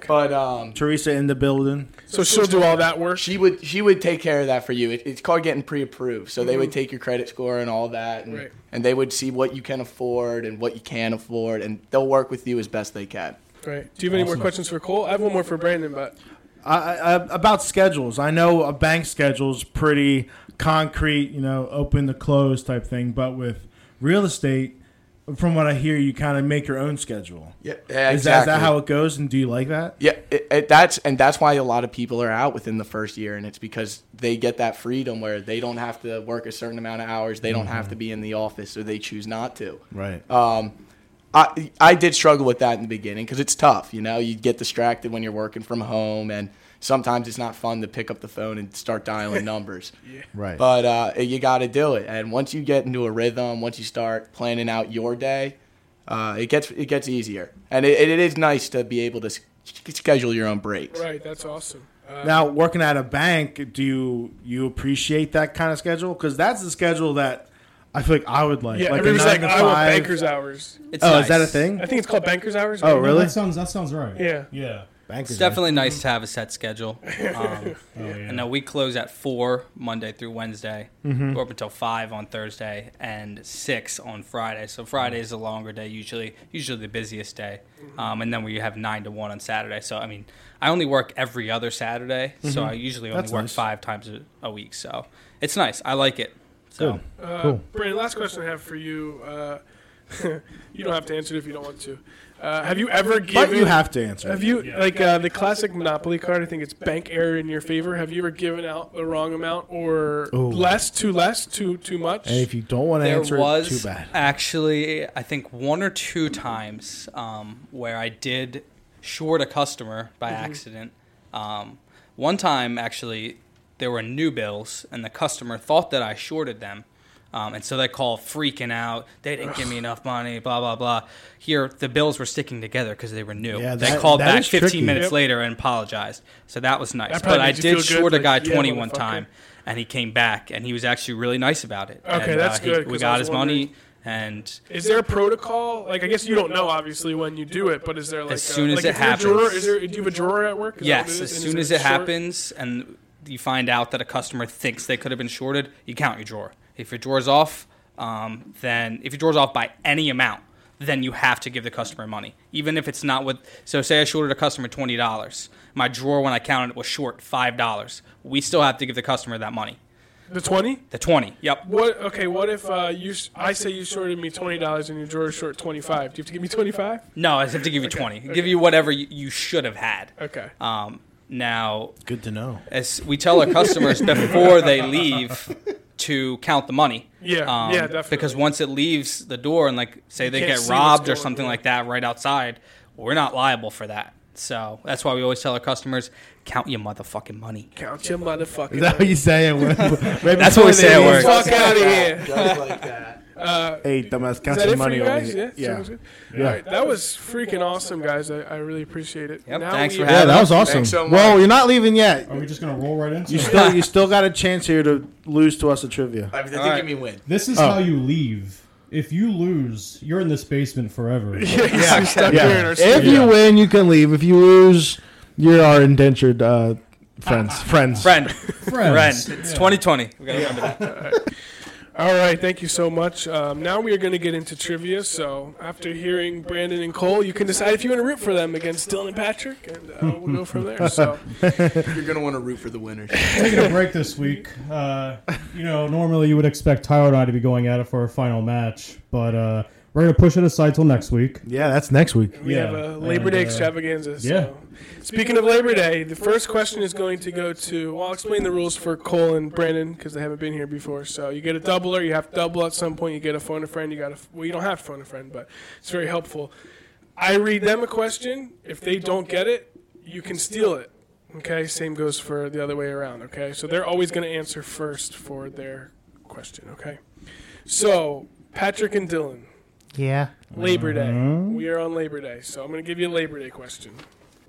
S5: But um,
S6: Teresa in the building.
S1: so she'll do all that work.
S5: she would she would take care of that for you. It, it's called getting pre-approved. So they would
S6: Mm-hmm.
S5: take your credit score and all that, and,
S1: Right.
S5: and they would see what you can afford and what you can't afford, and they'll work with you as best they can.
S1: Right. Do you have any more questions for Cole? I have one more for Brandon, but
S6: I, I, I- about schedules, I know a bank schedule's pretty concrete, you know, open to close type thing. But with real estate, from what I hear, you kind of make your own schedule.
S5: Yeah, yeah
S6: Is, that, is that how it goes? And do you like that?
S5: Yeah, it, it, that's and that's why a lot of people are out within the first year, and it's because they get that freedom where they don't have to work a certain amount of hours, they don't
S6: Mm-hmm.
S5: have to be in the office, or they choose not to.
S6: Right.
S4: Uh,
S5: Um, I I did struggle with that in the beginning because it's tough. You know, you get distracted when you're working from home, and sometimes it's not fun to pick up the phone and start dialing numbers.
S6: right.
S5: But uh, you got to do it, and once you get into a rhythm, once you start planning out your day, uh, it gets it gets easier, and it, it is nice to be able to s- schedule your own breaks.
S1: right, that's awesome. Uh,
S6: now, working at a bank, do you, you appreciate that kind of schedule? Because that's the schedule that I feel like I would like.
S1: yeah,
S6: like a
S1: everybody's
S6: nine
S1: like,
S6: to
S1: I want
S6: five.
S1: bankers hours.
S4: It's
S6: Oh,
S4: nice.
S6: is that a thing?
S1: I think it's called bankers hours.
S6: Oh,
S1: maybe?
S6: really?
S3: That sounds that sounds right.
S1: Yeah.
S3: Yeah.
S6: Bankers.
S4: It's definitely
S6: Mm-hmm.
S4: nice to have a set schedule. Um,
S3: Oh, yeah.
S4: I know we close at four Monday through Wednesday.
S6: Mm-hmm.
S4: We're up until five on Thursday and six on Friday. So Friday is a longer day usually, usually the busiest day. Um, and then we have nine to one on Saturday. So I mean, I only work every other Saturday, so I usually only
S6: Mm-hmm. That's
S4: work
S6: nice.
S4: five times a, a week. So it's nice. I like it. So
S6: Good.
S1: Uh,
S6: Cool.
S1: Brandon, last question I have for you. Uh, you don't have to answer it if you don't want to. Uh, have you ever given?
S6: But you have to answer.
S1: Have you like uh, the classic Monopoly card? I think it's bank error in your favor. Have you ever given out the wrong amount or less, too less, too too much?
S6: and if you don't want to
S4: there
S6: answer,
S4: was
S6: it, too bad.
S4: actually i think one or two times um, where i did short a customer by
S1: Mm-hmm.
S4: accident um, one time actually there were new bills and the customer thought that i shorted them um, and so they called freaking out they didn't give me enough money blah blah blah here the bills were sticking together because they were new
S6: Yeah,
S4: they
S6: that-
S4: called
S6: that
S4: back
S6: is
S4: 15
S6: tricky.
S4: minutes
S1: Yep.
S4: later and apologized so that was nice
S1: That
S4: but
S1: probably
S4: i
S1: made you feel
S4: did
S1: good,
S4: short a
S1: like,
S4: guy
S1: yeah,
S4: 21
S1: motherfucker.
S4: time and he came back and he was actually really nice about it
S1: Okay,
S4: and, uh,
S1: that's
S4: he-
S1: good,
S4: We
S1: 'cause
S4: got
S1: I was
S4: his money, and
S1: Is there a protocol? Like, I guess you don't know obviously when you do it, but is there like
S4: As soon
S1: a, like,
S4: as it
S1: if you're a drawer-
S4: happens.
S1: is there, do you have a drawer at work? Is that what
S4: yes,
S1: is?
S4: as
S1: And is
S4: soon as
S1: there
S4: it
S1: short-
S4: happens and you find out that a customer thinks they could have been shorted, you count your drawer. If your drawer's off, um, then if your drawer's off by any amount, then you have to give the customer money, even if it's not what. So say I shorted a customer twenty dollars. My drawer when I counted it was short five dollars. We still have to give the customer that money,
S1: the twenty.
S4: the twenty. Yep.
S1: What? Okay. What if uh, you? s- I say you shorted me twenty dollars and your drawer is short twenty five. Do you have to give me twenty five?
S4: No, I have to give you twenty. Give you whatever you, you should have had.
S1: Okay.
S4: Um, now
S6: Good to know.
S4: as we tell our customers before they leave to count the money. um,
S1: Yeah, yeah, definitely.
S4: Because once it leaves the door and like say they
S1: can't
S4: get
S1: see what's
S4: robbed or
S1: going
S4: something
S1: on.
S4: like that right outside, we're not liable for that. So that's why we always tell our customers, count your motherfucking money.
S1: Count your motherfucking.
S6: Is that what you say? it with- right
S4: That's what
S6: before
S4: we say
S6: they
S4: at
S6: leave?
S4: work.
S1: Fuck out of here.
S5: Just like that.
S6: Hey, dumbass, count
S1: Is that
S6: your
S1: it for
S6: money
S1: you
S6: over
S1: guys?
S6: here.
S1: Yeah. sounds good. All right, that was freaking awesome, guys. I, I really appreciate it.
S4: Yep,
S1: Now
S4: thanks
S1: we-
S4: for
S6: Yeah,
S4: having
S6: that was awesome.
S5: Thanks so much.
S6: well, you're not leaving yet.
S3: Are we just gonna roll right into
S6: You
S3: it?
S6: still you still got a chance here to lose to us at trivia.
S5: I mean, they did
S4: Alright.
S5: give me a win.
S3: This is how you leave. If you lose, you're in this basement forever.
S1: yeah, I'm stuck here in our
S6: If
S1: studio.
S6: you win, you can leave. If you lose, you're our indentured uh, friends. friends.
S4: Friend, friend,
S3: Friends.
S4: it's 2020. We gotta remember that.
S1: All right, thank you so much. Um, now we are going to get into trivia. So after hearing Brandon and Cole, you can decide if you want to root for them against Dylan and Patrick, and uh, we'll go from there. So
S5: You're gonna want to root for the winners.
S3: Taking a break this week. Uh, you know, normally you would expect Tyler and I to be going at it for our final match, but uh, we're gonna push it aside till next week.
S6: Yeah, that's next week.
S1: we
S3: Yeah, uh,
S1: have a Labor Day extravaganza. So.
S3: yeah.
S1: Speaking of Labor Day, the first question is going to go to. Well, I'll explain the rules for Cole and Brandon because they haven't been here before. So you get a doubler, you have to double at some point. You get a phone a friend. You got a well, you don't have to phone a friend, but it's very helpful. I read them a question. If they don't get it, you can steal it. Okay. Same goes for the other way around. Okay. So they're always going to answer first for their question. Okay. So, Patrick and Dylan,
S2: Yeah.
S1: Labor Day.
S2: Mm-hmm.
S1: We are on Labor Day, so I'm going to give you a Labor Day question.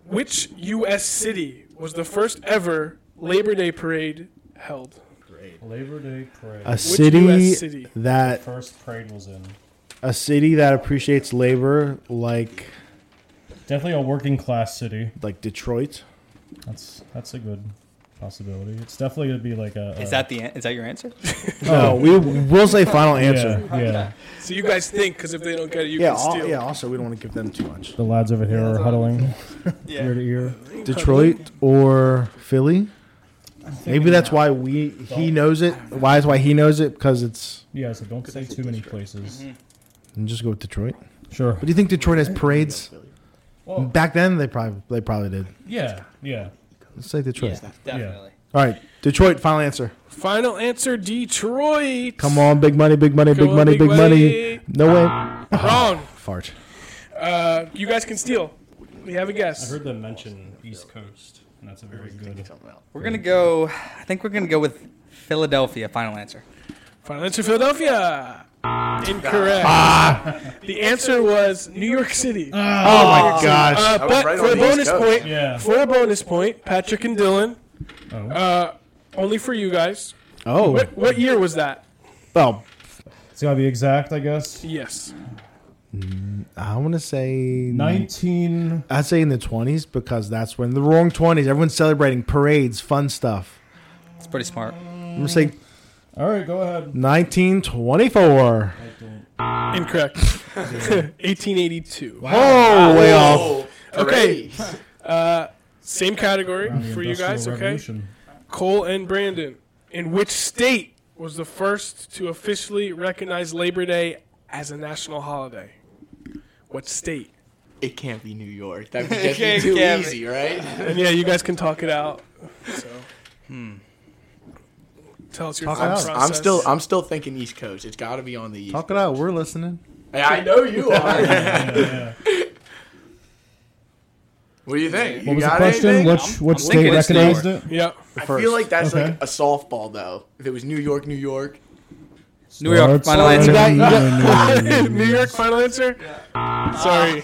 S1: Which U.S. city was the first ever Labor Day parade held?
S3: Labor Day parade.
S2: A
S1: Which
S2: city,
S1: U.S. city?
S2: that
S3: First parade was in.
S2: a city that appreciates labor like
S3: Definitely a working class city.
S2: like Detroit.
S3: That's that's a good possibility. It's definitely gonna be like a. Oh,
S4: Is that the an- is that your answer?
S2: No, we will say final answer.
S3: Yeah, yeah.
S1: So you guys think, because if they don't get it, you
S2: Yeah,
S1: can
S2: al-
S1: steal.
S2: yeah. Also, we don't want to give them too much.
S3: The lads over here are huddling ear to ear.
S2: Detroit or Philly? Maybe that's why we he knows it. Why is why he knows it because it's
S3: Yeah, so don't say too many places.
S2: and just go with Detroit. But
S3: Sure.
S2: do you think Detroit has parades?
S3: Well,
S2: Back then, they probably they probably did.
S3: yeah, yeah.
S2: Let's say Detroit.
S4: Definitely.
S2: All right, Detroit. Final answer.
S1: Final answer, Detroit.
S2: Come on, big money, big money,
S1: Come
S2: big
S1: on,
S2: money,
S1: big
S2: big
S1: money.
S2: money. No way.
S1: Wrong.
S2: Fart.
S1: Uh, you guys can steal. We have a
S3: I
S1: guess.
S3: heard them mention East Coast, and that's a very good.
S4: We're gonna go. I think we're gonna go with Philadelphia. Final answer.
S1: Final answer, Philadelphia.
S5: Ah.
S1: Incorrect. The answer was New York City.
S2: Oh my gosh.
S1: Uh,
S5: That was
S1: but
S5: right
S1: for
S5: on
S1: a
S5: the East
S1: bonus
S5: Coast.
S1: point,
S3: Ah. Yeah.
S1: for a bonus point, Patrick and Dylan,
S3: Oh.
S1: uh, only for you guys.
S2: Oh.
S1: What, what year was that?
S2: Well,
S3: It's gotta be exact, I guess.
S1: Yes.
S2: I want to say
S3: Nineteen.
S2: I'd say in the twenties because that's when the wrong twenties. Everyone's celebrating parades, fun stuff.
S4: It's pretty smart.
S2: I'm gonna say
S3: All right, go ahead.
S2: nineteen twenty-four.
S1: Incorrect. 1882.
S2: Oh, way off.
S1: Okay. Uh, same category for you guys, okay? Cole and Brandon. In which state was the first to officially recognize Labor Day as a national holiday? What state?
S5: It can't be New York. That would just be
S4: can't-
S5: too
S4: can't be.
S5: easy, right?
S1: And yeah, you guys can talk it out. So. Tell us your
S2: Talk it
S1: thought
S2: out.
S1: process.
S5: I'm still I'm still thinking East Coast. It's got to be on the East.
S2: Talk it out. We're listening.
S5: Hey, I know you are. what do you think? You
S3: What was the
S5: got
S3: question?
S5: anything?
S3: Which
S4: I'm
S3: which state
S4: thinking it's
S3: recognized
S4: New
S3: it?
S1: Yeah.
S5: I
S2: first?
S5: feel like that's like
S3: Okay.
S5: a softball though. If it was New York, New York,
S4: New York.
S3: Starts
S4: Final
S3: on New
S4: answer.
S1: New York final answer? Sorry.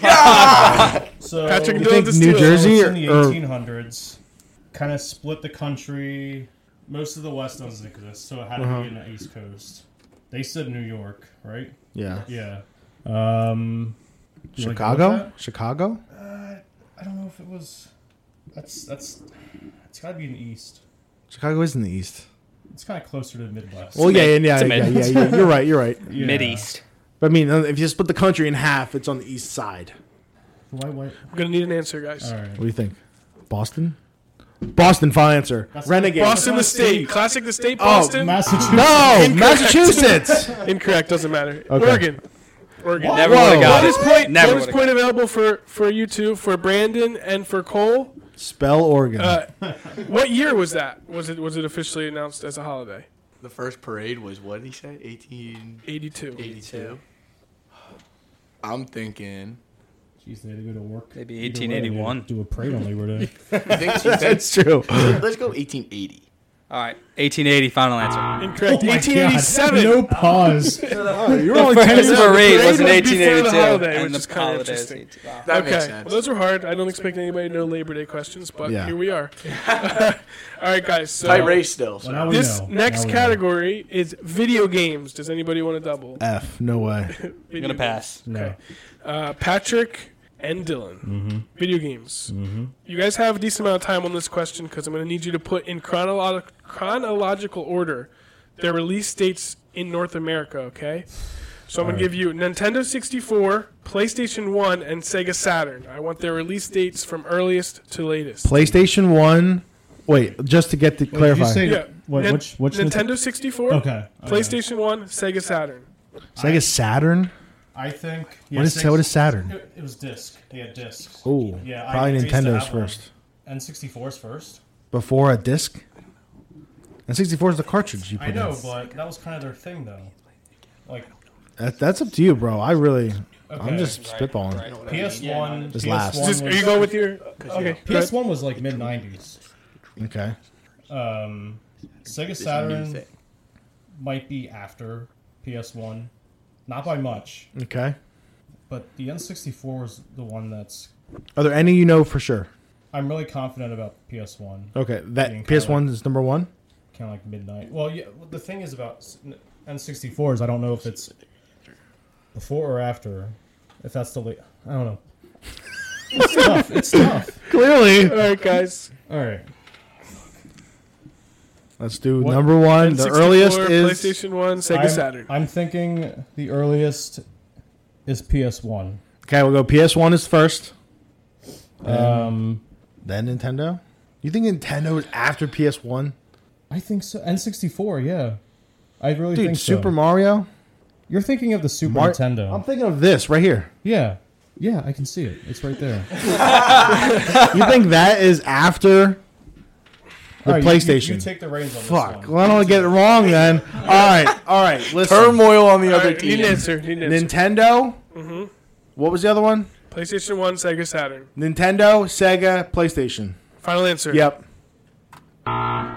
S3: So
S1: Patrick and Dylan
S2: You think
S1: just
S2: New
S1: steal.
S2: Jersey-
S3: it's in the
S2: or-
S3: 1800s, kind of split the country. Most of the West doesn't exist, so it had to
S2: Uh-huh.
S3: be in the East Coast. They said New York, right?
S2: Yeah.
S3: Yeah. Um, do you wanna go with
S2: Chicago.
S3: that?
S2: Chicago.
S3: I don't know if it was. That's that's. It's got to be in the East.
S2: Chicago is in the East.
S3: It's kind of closer to the Midwest.
S2: Well, yeah, yeah,
S4: mid- it's
S2: yeah,
S4: a
S2: yeah,
S4: mid.
S2: yeah, yeah. You're right. You're right.
S3: Yeah.
S4: Mid East.
S2: But I mean, uh, if you split the country in half, it's on the East side.
S3: Why? Why?
S1: I'm going to need an answer, guys.
S3: All right.
S2: What do you think? Boston. Boston. Final answer.
S3: That's-
S2: Renegade.
S1: Boston the
S3: That's my
S1: state.
S3: state.
S1: Classic the state Boston.
S3: Massachusetts.
S2: No,
S1: Incorrect.
S2: Massachusetts.
S1: Incorrect, doesn't matter.
S2: Okay.
S1: Oregon. Oregon.
S4: Never would have got
S1: Bonus
S4: it.
S1: point.
S4: Never
S1: bonus
S4: would've
S1: point available for, for you two, for Brandon and for Cole.
S2: Spell Oregon.
S1: Uh, what year was that? Was it was it officially announced as a holiday?
S5: the first parade was what did he say? 1882.
S1: 82.
S5: I'm thinking.
S3: Jeez, they had to go to work.
S4: Maybe
S3: Either way, they
S4: 1881.
S3: had to Do a parade on Labor Day.
S5: You think, you think,
S2: That's true.
S5: let's go 1880.
S4: All right. 1880. Final answer.
S1: Incorrect.
S3: Oh my God.
S1: 1887.
S3: No pause.
S2: Oh, You're
S4: The
S2: only
S4: first
S1: the
S4: parade was in
S1: parade was before the
S4: 1882,
S1: holiday, which
S4: and
S1: is
S4: the
S1: kinda
S4: holiday is
S1: interesting.
S4: 18. Wow.
S5: That makes
S1: Okay.
S5: sense.
S1: Well, those were hard. I don't expect anybody to know Labor Day questions, but
S2: Yeah.
S1: here we are. All right, guys. So
S5: Tight race still. So.
S3: Well, now we
S1: this
S3: know.
S1: next
S3: Oh, Now we know.
S1: category is video games. Does anybody want to double?
S2: F. No way.
S4: I'm gonna pass.
S3: No.
S1: Uh, Patrick and Dylan.
S3: Mm-hmm.
S1: Video games. You guys have a decent amount of time on this question because I'm going to need you to put in chronolog- chronological order their release dates in North America, okay? So I'm going to give you Nintendo 64, PlayStation 1, and Sega Saturn. I want their release dates from earliest to latest.
S2: PlayStation One. Wait, just to get to
S3: Did
S2: clarify.
S3: you say
S1: yeah.
S3: what,
S1: Nin-
S3: which which
S1: Nintendo 64,
S3: Okay. Oh,
S1: PlayStation 1, Sega Saturn.
S2: Sega Saturn.
S3: I think.
S2: What is what is Saturn?
S3: It, was disc. They had discs.
S2: Oh,
S3: Yeah, I- I
S2: probably
S3: used to
S2: Nintendo's
S3: have one.
S2: first.
S3: And 64s first.
S2: Before a disc. And 64 is the cartridge you put
S3: I know,
S2: in.
S3: but that was kind of their thing, though. Like
S2: That, that's up to you, bro. I really,
S3: Okay.
S2: I'm just spitballing.
S3: PS1.
S2: Just
S3: PS1
S2: laughs.
S1: Is
S3: was,
S1: this, are you going with your. Okay. go ahead.
S3: PS1 was like mid 90s.
S2: Okay.
S3: Um, Sega Saturn might be after PS1. Not by much,
S7: Okay.
S3: but the N64 is the one that's.
S7: Are there any you know for sure?
S3: I'm really confident about PS1.
S7: Okay,
S3: Being
S7: that PS One is number one.
S3: kind of like midnight. Well, yeah. well, The thing is about s- N64 is I don't know if it's before or after. If that's the late, I don't know. It's tough. It's tough.
S1: All
S7: Clearly,
S1: right, guys.
S3: All right.
S7: let's do
S3: What-
S7: number one. The
S1: N64,
S7: earliest is
S1: PlayStation One, Sega
S3: I'm,
S1: Saturn.
S3: I'm thinking the earliest is PS1.
S7: okay. We'll go PS One is first,
S3: Um,
S7: then Nintendo. You think Nintendo is after PS One,
S3: I think so. N64. Yeah, I really
S7: dude?
S3: think
S7: Super
S3: so.
S7: Mario.
S3: You're thinking of the Super
S7: Mar-
S3: Nintendo.
S7: I'm thinking of this right here.
S3: yeah. Yeah, I can see it. It's right there.
S7: You think that is after the
S3: All right, you- you-
S7: PlayStation?
S3: You, take the reins on
S7: Fuck.
S3: this
S7: Well,
S3: one.
S7: I don't get it wrong then. All right. All right. Listen.
S5: Turmoil on the
S1: All
S5: other
S1: right, need
S5: team.
S1: an answer. Need an answer.
S7: Nintendo.
S1: Mm-hmm.
S7: What was the other one?
S1: PlayStation One, Sega Saturn.
S7: Nintendo, Sega, PlayStation.
S1: Final answer.
S7: Yep.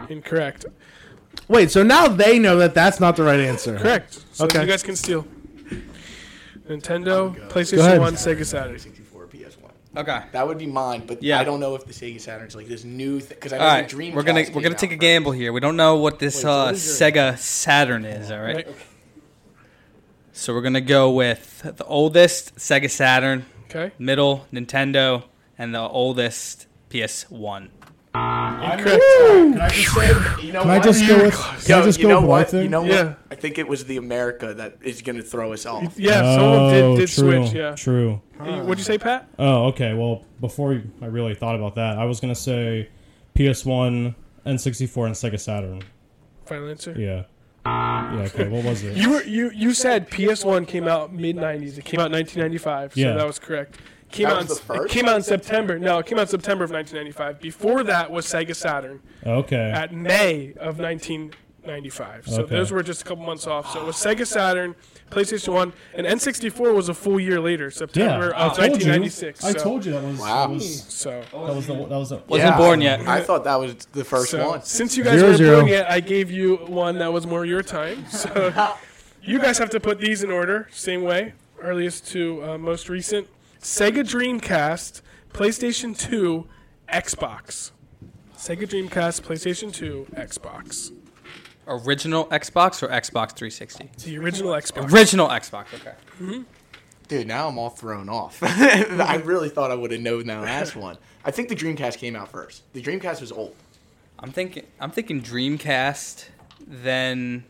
S1: Incorrect.
S7: Wait. So now they know that that's not the right answer.
S1: Correct. So
S7: Okay.
S1: you guys can steal.
S5: Oh,
S1: Nintendo, PlayStation
S7: ahead.
S1: One, Sega Saturn.
S5: 64 PS1.
S4: Okay.
S5: That would be mine, but
S4: Yeah.
S5: I don't know if the Sega Saturn's like this new thing because I know
S4: All right,
S5: the Dreamcast.
S4: we're gonna we're
S5: came
S4: gonna
S5: out
S4: take a
S5: first.
S4: gamble here. We don't know what this
S5: Wait,
S4: uh,
S5: what is your-
S4: Sega Saturn is. All right,
S1: Right.
S4: so we're gonna go with the oldest Sega Saturn,
S1: Okay.
S4: middle Nintendo, and the oldest PS One.
S1: Incorrect.
S5: You know
S3: Can I
S5: what?
S3: just go with? Can
S5: Yo,
S3: I just
S5: you
S3: go
S5: know
S3: with
S5: what?
S3: Thing?
S5: You know
S1: Yeah.
S5: what? I think it was the America that is gonna throw us off.
S1: Yeah,
S3: oh,
S1: someone did, did
S3: true,
S1: switch. Yeah.
S3: True.
S1: Hey, What'd you say, Pat?
S3: Oh, okay. Well, before I really thought about that, I was gonna say PS1, N64, and Sega Saturn.
S1: Final answer.
S3: Yeah. Yeah. Okay. What was it?
S1: You were you you said PS1 came out mid 90s. It came out 1995.
S3: Yeah.
S1: So that was correct. Came
S5: That
S1: out
S5: was the
S1: in- it
S5: first?
S1: came out in September. No, it came out in September of 1995. Before that was Sega Saturn
S3: Okay.
S1: at May of 1995. So
S3: Okay.
S1: those were just a couple months off. So it was Sega Saturn, PlayStation 1, and N64 was a full year later,
S3: Yeah.
S1: September
S3: I
S1: of
S3: told you.
S1: 1996.
S3: I
S1: uh, so,
S3: told you that was.
S5: Wow.
S3: That was.
S1: So
S3: That was the. That was the.
S4: Wasn't
S5: Yeah.
S4: born yet.
S5: I thought that was the first
S1: So,
S5: one.
S1: Since you guys
S7: Zero,
S1: weren't
S7: zero.
S1: playing it, I gave you one that was more your time. So you guys have to put these in order, same way, earliest to uh, most recent. Sega Dreamcast, PlayStation 2, Xbox. Sega Dreamcast, PlayStation 2, Xbox.
S4: Original Xbox or Xbox 360?
S1: The original Xbox.
S4: Original Xbox. Okay.
S5: Dude, now I'm all thrown off. I really thought I would have known that last one. I think the Dreamcast came out first. The Dreamcast was old.
S4: I'm thinking I'm thinking Dreamcast, then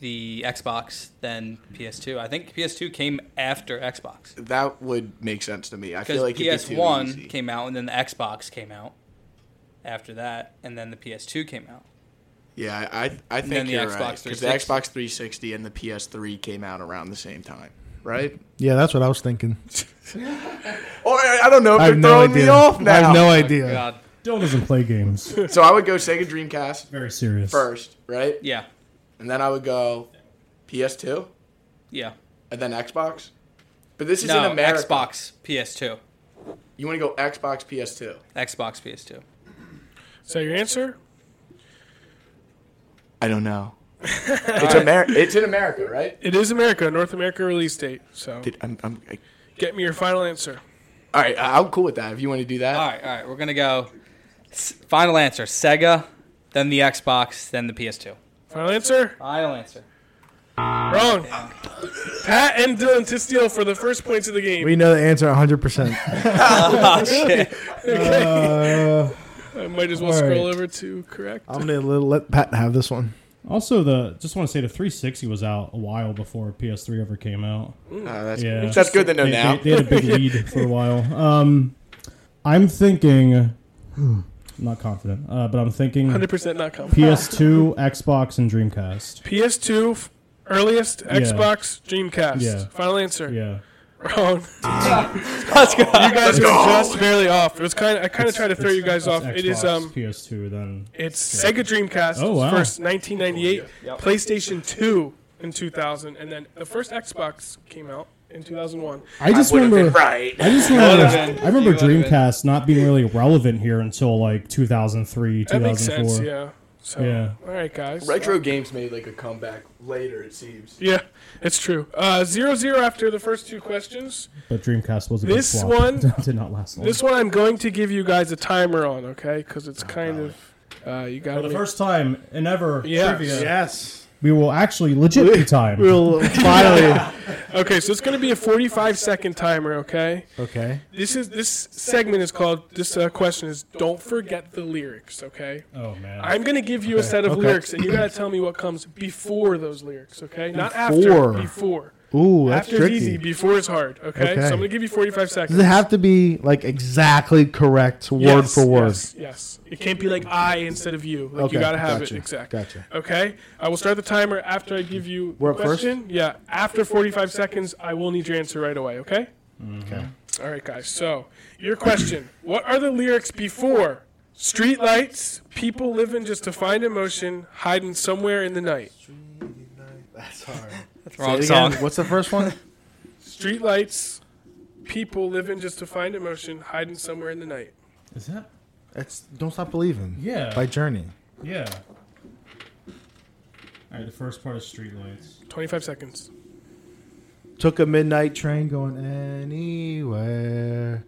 S4: the Xbox, then PS2. I think PS2 came after Xbox.
S5: That would make sense to me. I
S4: Because
S5: feel like it'd be too easy.
S4: PS1 came out and then the Xbox came out after that and then the PS2 came out.
S5: Yeah, I I
S4: then
S5: think
S4: the
S5: you're
S4: Xbox
S5: right because the
S4: 360.
S5: Xbox 360 and the PS3 came out around the same time, right?
S7: Yeah, that's what I was thinking.
S5: Or Oh, I I don't know. If
S7: I
S5: they're
S7: have no
S5: throwing me
S7: idea.
S5: off now.
S7: I have no
S1: Oh
S7: idea.
S4: Oh, God.
S3: Dylan doesn't play games.
S5: So I would go Sega Dreamcast
S3: Very serious.
S5: first, right?
S4: Yeah.
S5: And then I would go PS2
S4: Yeah.
S5: and then Xbox. But this is in
S4: No,
S5: America.
S4: Xbox, PS2.
S5: You want to go Xbox PS2?
S4: Xbox, PS2.
S1: So your answer?
S5: I don't know. it's Amer- It's in America, right?
S1: It is America, North America release date. So
S5: Did, I'm, I'm, I,
S1: get me your final answer.
S5: all right, I- I'm cool with that. If you want to do that,
S4: All right, all right. We're going to go s- final answer, Sega, then the Xbox, then the PS2.
S1: Final answer?
S4: Final answer.
S1: Wrong. Pat and Dylan to steal for the first points of the game.
S7: We know the answer 100. percent
S4: Oh, shit.
S3: Uh,
S1: I might as well
S3: All right.
S1: scroll over to correct.
S3: Um,
S7: I'm gonna let, let Pat have this one.
S3: Also, the just want to say the 360 was out a while before PS3 ever came out.
S5: Uh, that's
S3: Yeah.
S5: that's good to know
S3: they,
S5: now.
S3: They, they had a big lead for a while. Um, I'm thinking, hmm, not confident, uh, but I'm thinking
S1: 100% not confident.
S3: PS2, Xbox, and Dreamcast.
S1: PS2 f- earliest,
S3: Yeah.
S1: Xbox, Dreamcast.
S3: Yeah.
S1: Final answer.
S3: Yeah,
S1: Wrong. You guys are just barely off. It was kind of I kind of tried to throw you guys off. It is
S3: Xbox,
S1: um
S3: PS2. Then
S1: it's Sega Dreamcast
S3: Oh, wow.
S1: first 1998, PlayStation 2 in 2000 and then the first Xbox came out in 2001.
S3: I just
S5: Would have been
S3: remember.
S5: right.
S3: I just remember.
S4: been.
S3: I remember
S4: You would've been.
S3: Dreamcast not being really relevant here until like 2003,
S1: That makes
S3: 2004.
S1: sense, yeah. So,
S3: Yeah.
S1: all right, guys.
S5: Retro games made like a comeback later, it seems.
S1: Yeah, it's true. Uh, zero zero after the first two questions.
S3: But Dreamcast was a
S1: This
S3: big
S1: one-
S3: flop. did not last long.
S1: This one I'm going to give you guys a timer on, okay? Because it's kind of uh, you got
S3: Ah, For the first time in ever
S1: Yeah.
S3: trivia,
S8: Yes.
S3: we will actually legit be timed.
S2: We'll finally.
S1: Okay, so it's going to be a 45 second timer, okay?
S2: okay.
S1: This is this segment is called. This uh, question is don't forget the lyrics, okay?
S3: oh man,
S1: I'm going to give you a set of lyrics, and you got to tell me what comes before those lyrics, okay? Not after,
S2: Before.
S1: before.
S2: Ooh, that's
S1: After
S2: tricky.
S1: is easy, before is hard, okay?
S2: Okay.
S1: So I'm going to give you 45
S2: Does
S1: seconds.
S2: it have to be like exactly correct word
S1: Yes,
S2: for word?
S1: Yes, yes. It can't be like I instead of you. Like
S2: Okay,
S1: you got to have
S2: gotcha,
S1: it exact.
S2: gotcha.
S1: Okay, I will start the timer after I give you the
S2: We're up first?
S1: question. Yeah, after 45 seconds, I will need your answer right away. Okay. Mm-hmm.
S2: Okay.
S1: All right, guys. So your question: What are the lyrics before "Street Lights"? People living just to find emotion, hiding somewhere in the night.
S4: Wrong
S2: Say it again.
S4: song.
S2: What's the first one?
S1: Street lights. People living just to find emotion, hiding somewhere in the night.
S3: is that
S2: It's Don't Stop Believing.
S3: Yeah.
S2: By Journey.
S3: yeah? All right, the first part is Streetlights.
S1: 25 seconds.
S2: Took a midnight train going anywhere.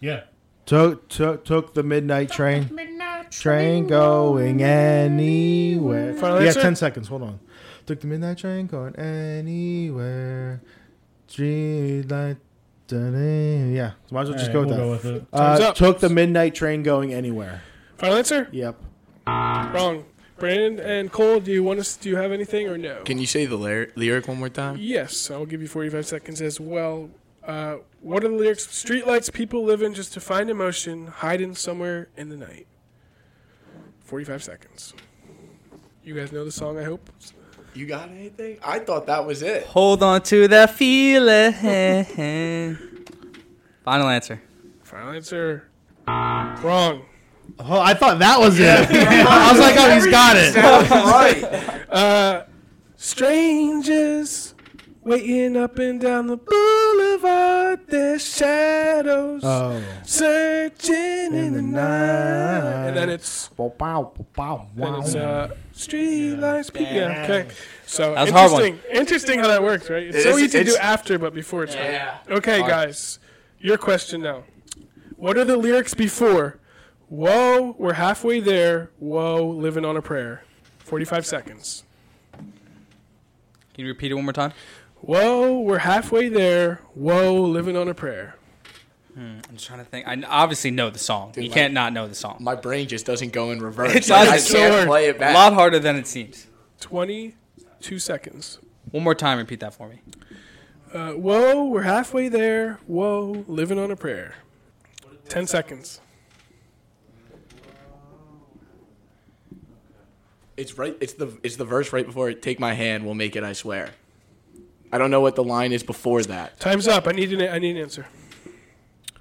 S3: Yeah,
S2: Took took took the midnight train. train going anywhere.
S1: Final
S2: yeah,
S1: answer?
S2: ten seconds. Hold on. Took the midnight train going anywhere. Streetlight. da-da. Yeah, so might as well just go with that.
S3: We'll go with it.
S1: Time's
S2: Uh,
S1: up.
S2: took the midnight train going anywhere.
S1: Final answer.
S2: Yep.
S1: Wrong. Brandon and Cole, do you want us? Do you have anything or no?
S5: Can you say the lyric, lyric one more time?
S1: Yes, I'll give you 45 seconds as well. Uh, what are the lyrics? Streetlights, people living just to find emotion, hiding somewhere in the night. 45 seconds. You guys know the song, I hope.
S5: You got anything? I thought that was it.
S4: Hold on to that feeling. Final answer.
S1: Final answer. Wrong.
S2: Oh, I thought that was it. I was like, oh, he's got it.
S5: right.
S1: Uh, Strangers waiting up and down the boulevard, their shadows
S2: Oh.
S1: searching in, the, night. And then it's
S2: Bow, bow, bow, bow,
S1: Then
S2: wow.
S1: it's uh, streetlights. Yeah. yeah. Okay. So
S4: That was a hard one.
S1: interesting. Interesting how that works, right? It's
S5: It
S1: so
S5: is-
S1: easy to do
S5: it's-
S1: after, but before it's hard.
S5: Yeah.
S1: Okay,
S4: Hard.
S1: guys. Your question now. What are the lyrics before? Whoa, we're halfway there. Whoa, living on a prayer. Forty-five seconds.
S4: Can you repeat it one more time?
S1: Whoa, we're halfway there. Whoa, living on a prayer.
S4: I'm just trying to think. I n- obviously know the song. you
S5: like-
S4: can't not know the song.
S5: My brain just doesn't go in reverse.
S4: It's
S5: Like,
S4: not-
S5: I
S4: it's
S5: can't
S1: hard.
S5: play it
S4: A
S5: back.
S4: lot harder than it seems.
S1: Twenty-two seconds.
S4: One more time, repeat that for me.
S1: Uh, whoa, we're halfway there. Whoa, living on a prayer. Ten seconds.
S5: It's right. It's the it's the verse right before it. Take my hand, we'll make it. I swear. I don't know what the line is before that.
S1: Time's up. I need an, I need an answer.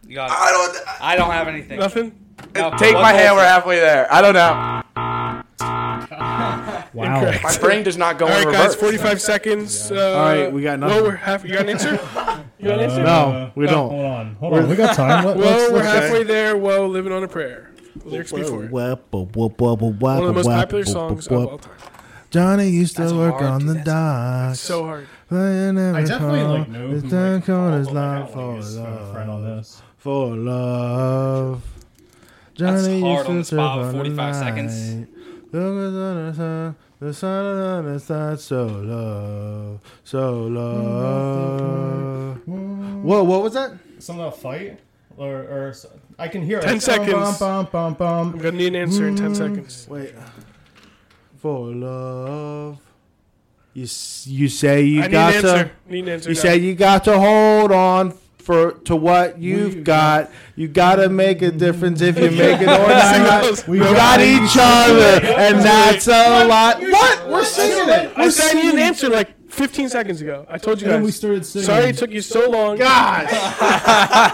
S4: You got it.
S5: I don't.
S4: I don't have anything.
S1: Nothing.
S4: No,
S5: Take
S4: one
S5: my
S4: more
S5: hand, we're
S4: thing.
S5: halfway there. I don't know.
S3: Wow.
S1: Incorrect.
S5: My brain does not go
S1: All
S5: in
S1: right,
S5: reverse.
S1: guys. Forty-five seconds. Uh, All
S2: right, we got nothing.
S1: Whoa, we're half. You got an answer? You got an answer?
S2: No, Oh, we don't.
S3: Uh, Hold on, hold on. We got time. Let,
S1: Whoa,
S3: let's,
S1: we're
S3: let's,
S1: halfway there. Whoa, living on a prayer. Lyrics before. it. One
S2: One
S1: of the most popular songs of all time.
S2: Johnny used to
S4: That's
S2: work
S4: hard,
S2: on
S4: dude.
S2: the
S4: That's-
S2: docks.
S1: So hard.
S2: I
S3: definitely, like, know
S2: It's
S3: who,
S2: down
S3: like,
S2: corners
S3: all of
S2: line
S3: the
S2: for
S3: catalog is from a friend on
S2: love.
S3: this.
S2: For love.
S4: That's
S2: Johnny
S4: hard
S2: used
S4: on
S2: to
S4: the
S2: surf
S4: spot with
S2: on the
S4: 45 seconds.
S2: night. Look at the sun, the sun on the sun, so love, so love. Whoa, what was that?
S3: Something about fight or, or s- I can hear. it.
S1: 10 seconds.
S3: Bum, bum, bum,
S1: I'm
S3: bum.
S1: gonna need an answer in
S3: Mm.
S1: ten seconds.
S2: Wait. For love. You, s- you say you
S1: I need
S2: got
S1: an
S2: to.
S1: answer. Need an answer.
S2: You
S1: now.
S2: say you got to hold on for to what you've
S3: you
S2: got. You got to make a difference if you make it or not.
S1: goes,
S2: We
S3: "We
S2: got
S3: got
S2: each other, and that's a lot. What? We're singing it.
S1: I said I need an answer like 15 seconds ago. I told you
S3: And then
S1: guys.
S3: we started singing.
S1: Sorry it took you so long.
S2: Gosh,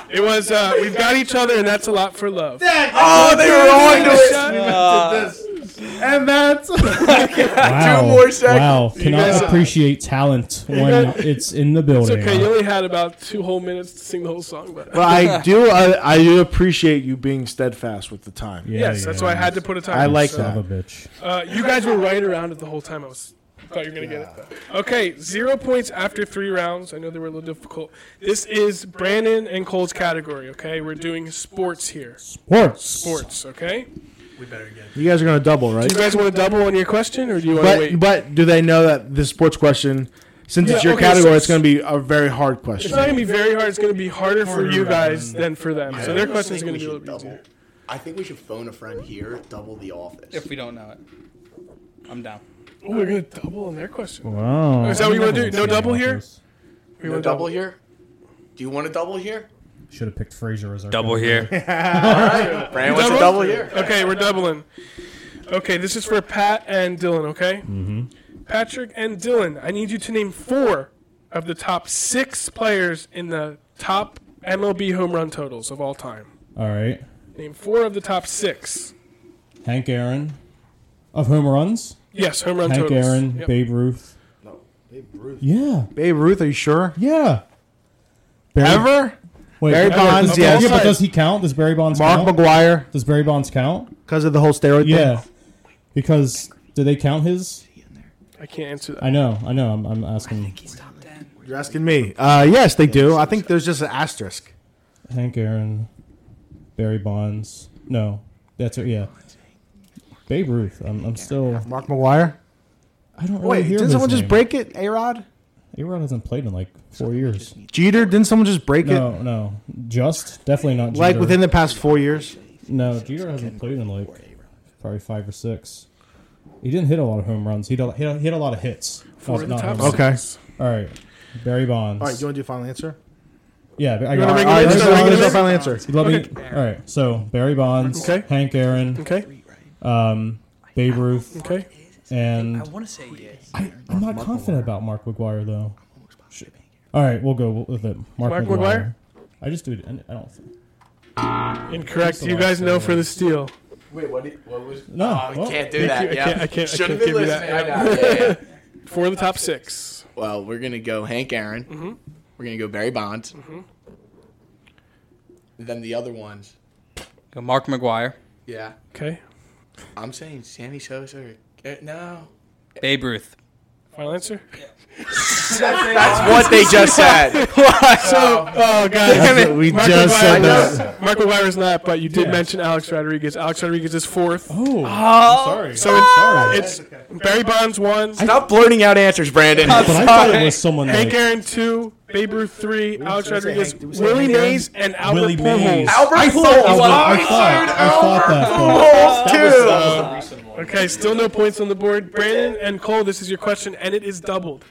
S1: It was uh, we've got each other, and that's a lot for love.
S5: oh, they were on to it.
S1: Shut
S4: Uh,
S2: and that's
S3: Wow.
S5: Two more seconds.
S3: Wow.
S5: You
S3: Cannot
S5: guys-
S3: appreciate talent when it's in the
S1: It's
S3: building.
S1: okay. You only had about two whole minutes to sing the whole song, but uh,
S2: But I do uh, I, I do appreciate you being steadfast with the time.
S3: Yeah,
S1: yes,
S3: yeah.
S1: that's why I had to put a time.
S2: I
S1: in,
S2: like
S1: so-
S2: that.
S3: Son of a bitch.
S1: Uh, you guys were right around it the whole time. I was thought you were gonna get it. though. Okay, zero points after three rounds. I know they were a little difficult. This is Brandon and Cole's category. Okay, we're doing sports here.
S3: Sports.
S1: Sports. Okay.
S4: We better get.
S2: You guys are gonna double, right?
S1: Do you guys want to double on your question, or do you want to
S2: But
S1: wait?
S2: but do they know that this sports question, since it's
S1: Yeah,
S2: your
S1: okay,
S2: category,
S1: so-
S2: it's gonna be a very hard
S1: It's
S2: question.
S1: not gonna be very hard. It's gonna be harder for you guys than for them. So their
S9: I
S1: question's
S9: think
S1: gonna
S9: we
S1: be a
S9: should
S1: little bit
S9: double.
S1: easier.
S9: I think we should phone a friend here, double the office.
S4: If we don't know it, I'm down.
S1: Oh, we're gonna double on their question.
S3: Wow.
S1: Is that what you wanna do? No double here? We
S9: No
S1: wanna
S9: double here? Do you want a double here?
S3: Should have picked Fraser as our
S4: Double here.
S5: Brand wants
S1: Double?
S5: a double here.
S1: Okay, we're doubling. Okay, this is for Pat and Dylan, okay? Mm-hmm. Patrick and Dylan, I need you to name four of the top six players in the top MLB home run totals of all time.
S3: All right.
S1: Name four of the top six.
S3: Hank Aaron of home runs.
S1: Yes, home run
S3: Hank
S1: totals.
S3: Aaron,
S1: Yep.
S3: Babe Ruth. No, Babe Ruth. Yeah,
S2: Babe Ruth, are you sure?
S3: yeah. Barry,
S2: Ever?
S3: Wait,
S2: Barry
S3: yeah,
S2: Bonds,
S3: but-
S2: yes.
S3: Yeah, but does he count? Does Barry Bonds
S2: Mark
S3: count?
S2: McGuire,
S3: does Barry Bonds count?
S2: because of the whole steroid
S3: Yeah,
S2: thing.
S3: because do they count his?
S1: I can't answer that.
S3: I know, I know. I'm, I'm asking
S2: You're asking me. Uh, yes, they do. I think there's just an asterisk.
S3: Hank Aaron, Barry Bonds. No, that's it. Yeah, Babe Ruth. I'm, I'm still.
S2: Mark McGuire.
S3: I don't really
S2: Wait,
S3: hear
S2: didn't
S3: his
S2: someone
S3: name.
S2: just break it? A Rod.
S3: A-Rod hasn't played in like four years.
S2: Jeter. Didn't someone just break it?
S3: No, no, just definitely not.
S2: Like
S3: Jeter.
S2: within the past four years.
S3: No, Jeter hasn't played in like probably five or six. He didn't hit a lot of home runs. He hit a, he hit a lot of hits.
S1: Four
S3: Not-
S1: of the
S3: not
S1: top
S3: home
S1: six.
S3: runs.
S2: Okay.
S3: All right. Barry Bonds.
S2: All right. You want to do a final answer?
S3: yeah, I
S2: All
S3: got
S2: right,
S3: it.
S1: bring it
S2: all right,
S1: in,
S2: this
S1: so
S2: is-
S1: bring it
S2: this is
S1: in.
S2: our final answer.
S3: Let me.
S1: Okay.
S3: All right. So Barry Bonds,
S1: Okay.
S3: Hank Aaron,
S1: Okay,
S3: um, Babe Ruth,
S1: okay.
S3: and
S4: want to say yes.
S3: I, I'm not confident about Mark McGuire though. Shit. All right, we'll go with it. Mark,
S1: Mark
S3: McGuire. I just do it. I don't.
S1: Incorrect. You guys know for the steal.
S5: Wait, what? Did, what was?
S3: No.
S5: Oh,
S3: well,
S5: we can't do that.
S1: I
S5: Yeah,
S1: can't- I can't- I can't
S5: Should've been
S1: give you that.
S5: listening. I know, yeah, yeah.
S1: Four of the top six.
S5: Well, we're gonna go Hank Aaron. We're gonna go Barry Bonds. Then the other ones.
S4: Go Mark McGuire,
S5: Yeah,
S1: Okay.
S5: I'm saying Sammy Sosa. Or, eh, no,
S4: Babe Ruth.
S1: Final answer.
S5: that's what they just said.
S1: So, oh, guys,
S2: That's what we
S1: Mark
S2: just said
S1: Maguire-
S2: that.
S1: Mark McGuire is not, but you did mention Alex Rodriguez. Alex Rodriguez is fourth.
S3: oh, I'm sorry.
S1: So it's, it's Barry Bonds one,
S5: Stop blurting out answers, Brandon.
S3: but I thought it was someone
S1: Hank
S3: like
S1: Aaron two, Babe Ruth three, Alex Rodriguez,
S2: Hank- did we say
S1: Willie
S2: Hank Aaron?
S1: Mays, and Albert
S3: Willie
S1: Pujols.
S3: Mays.
S5: Albert
S3: I
S5: Pujols.
S3: thought, I,
S5: Oh,
S3: thought, I
S5: sorry,
S3: thought, I thought that.
S1: Um,
S3: but-
S5: Pujols too.
S1: Okay, still no points on the board. Brandon and Cole, this is your question, and it is doubled.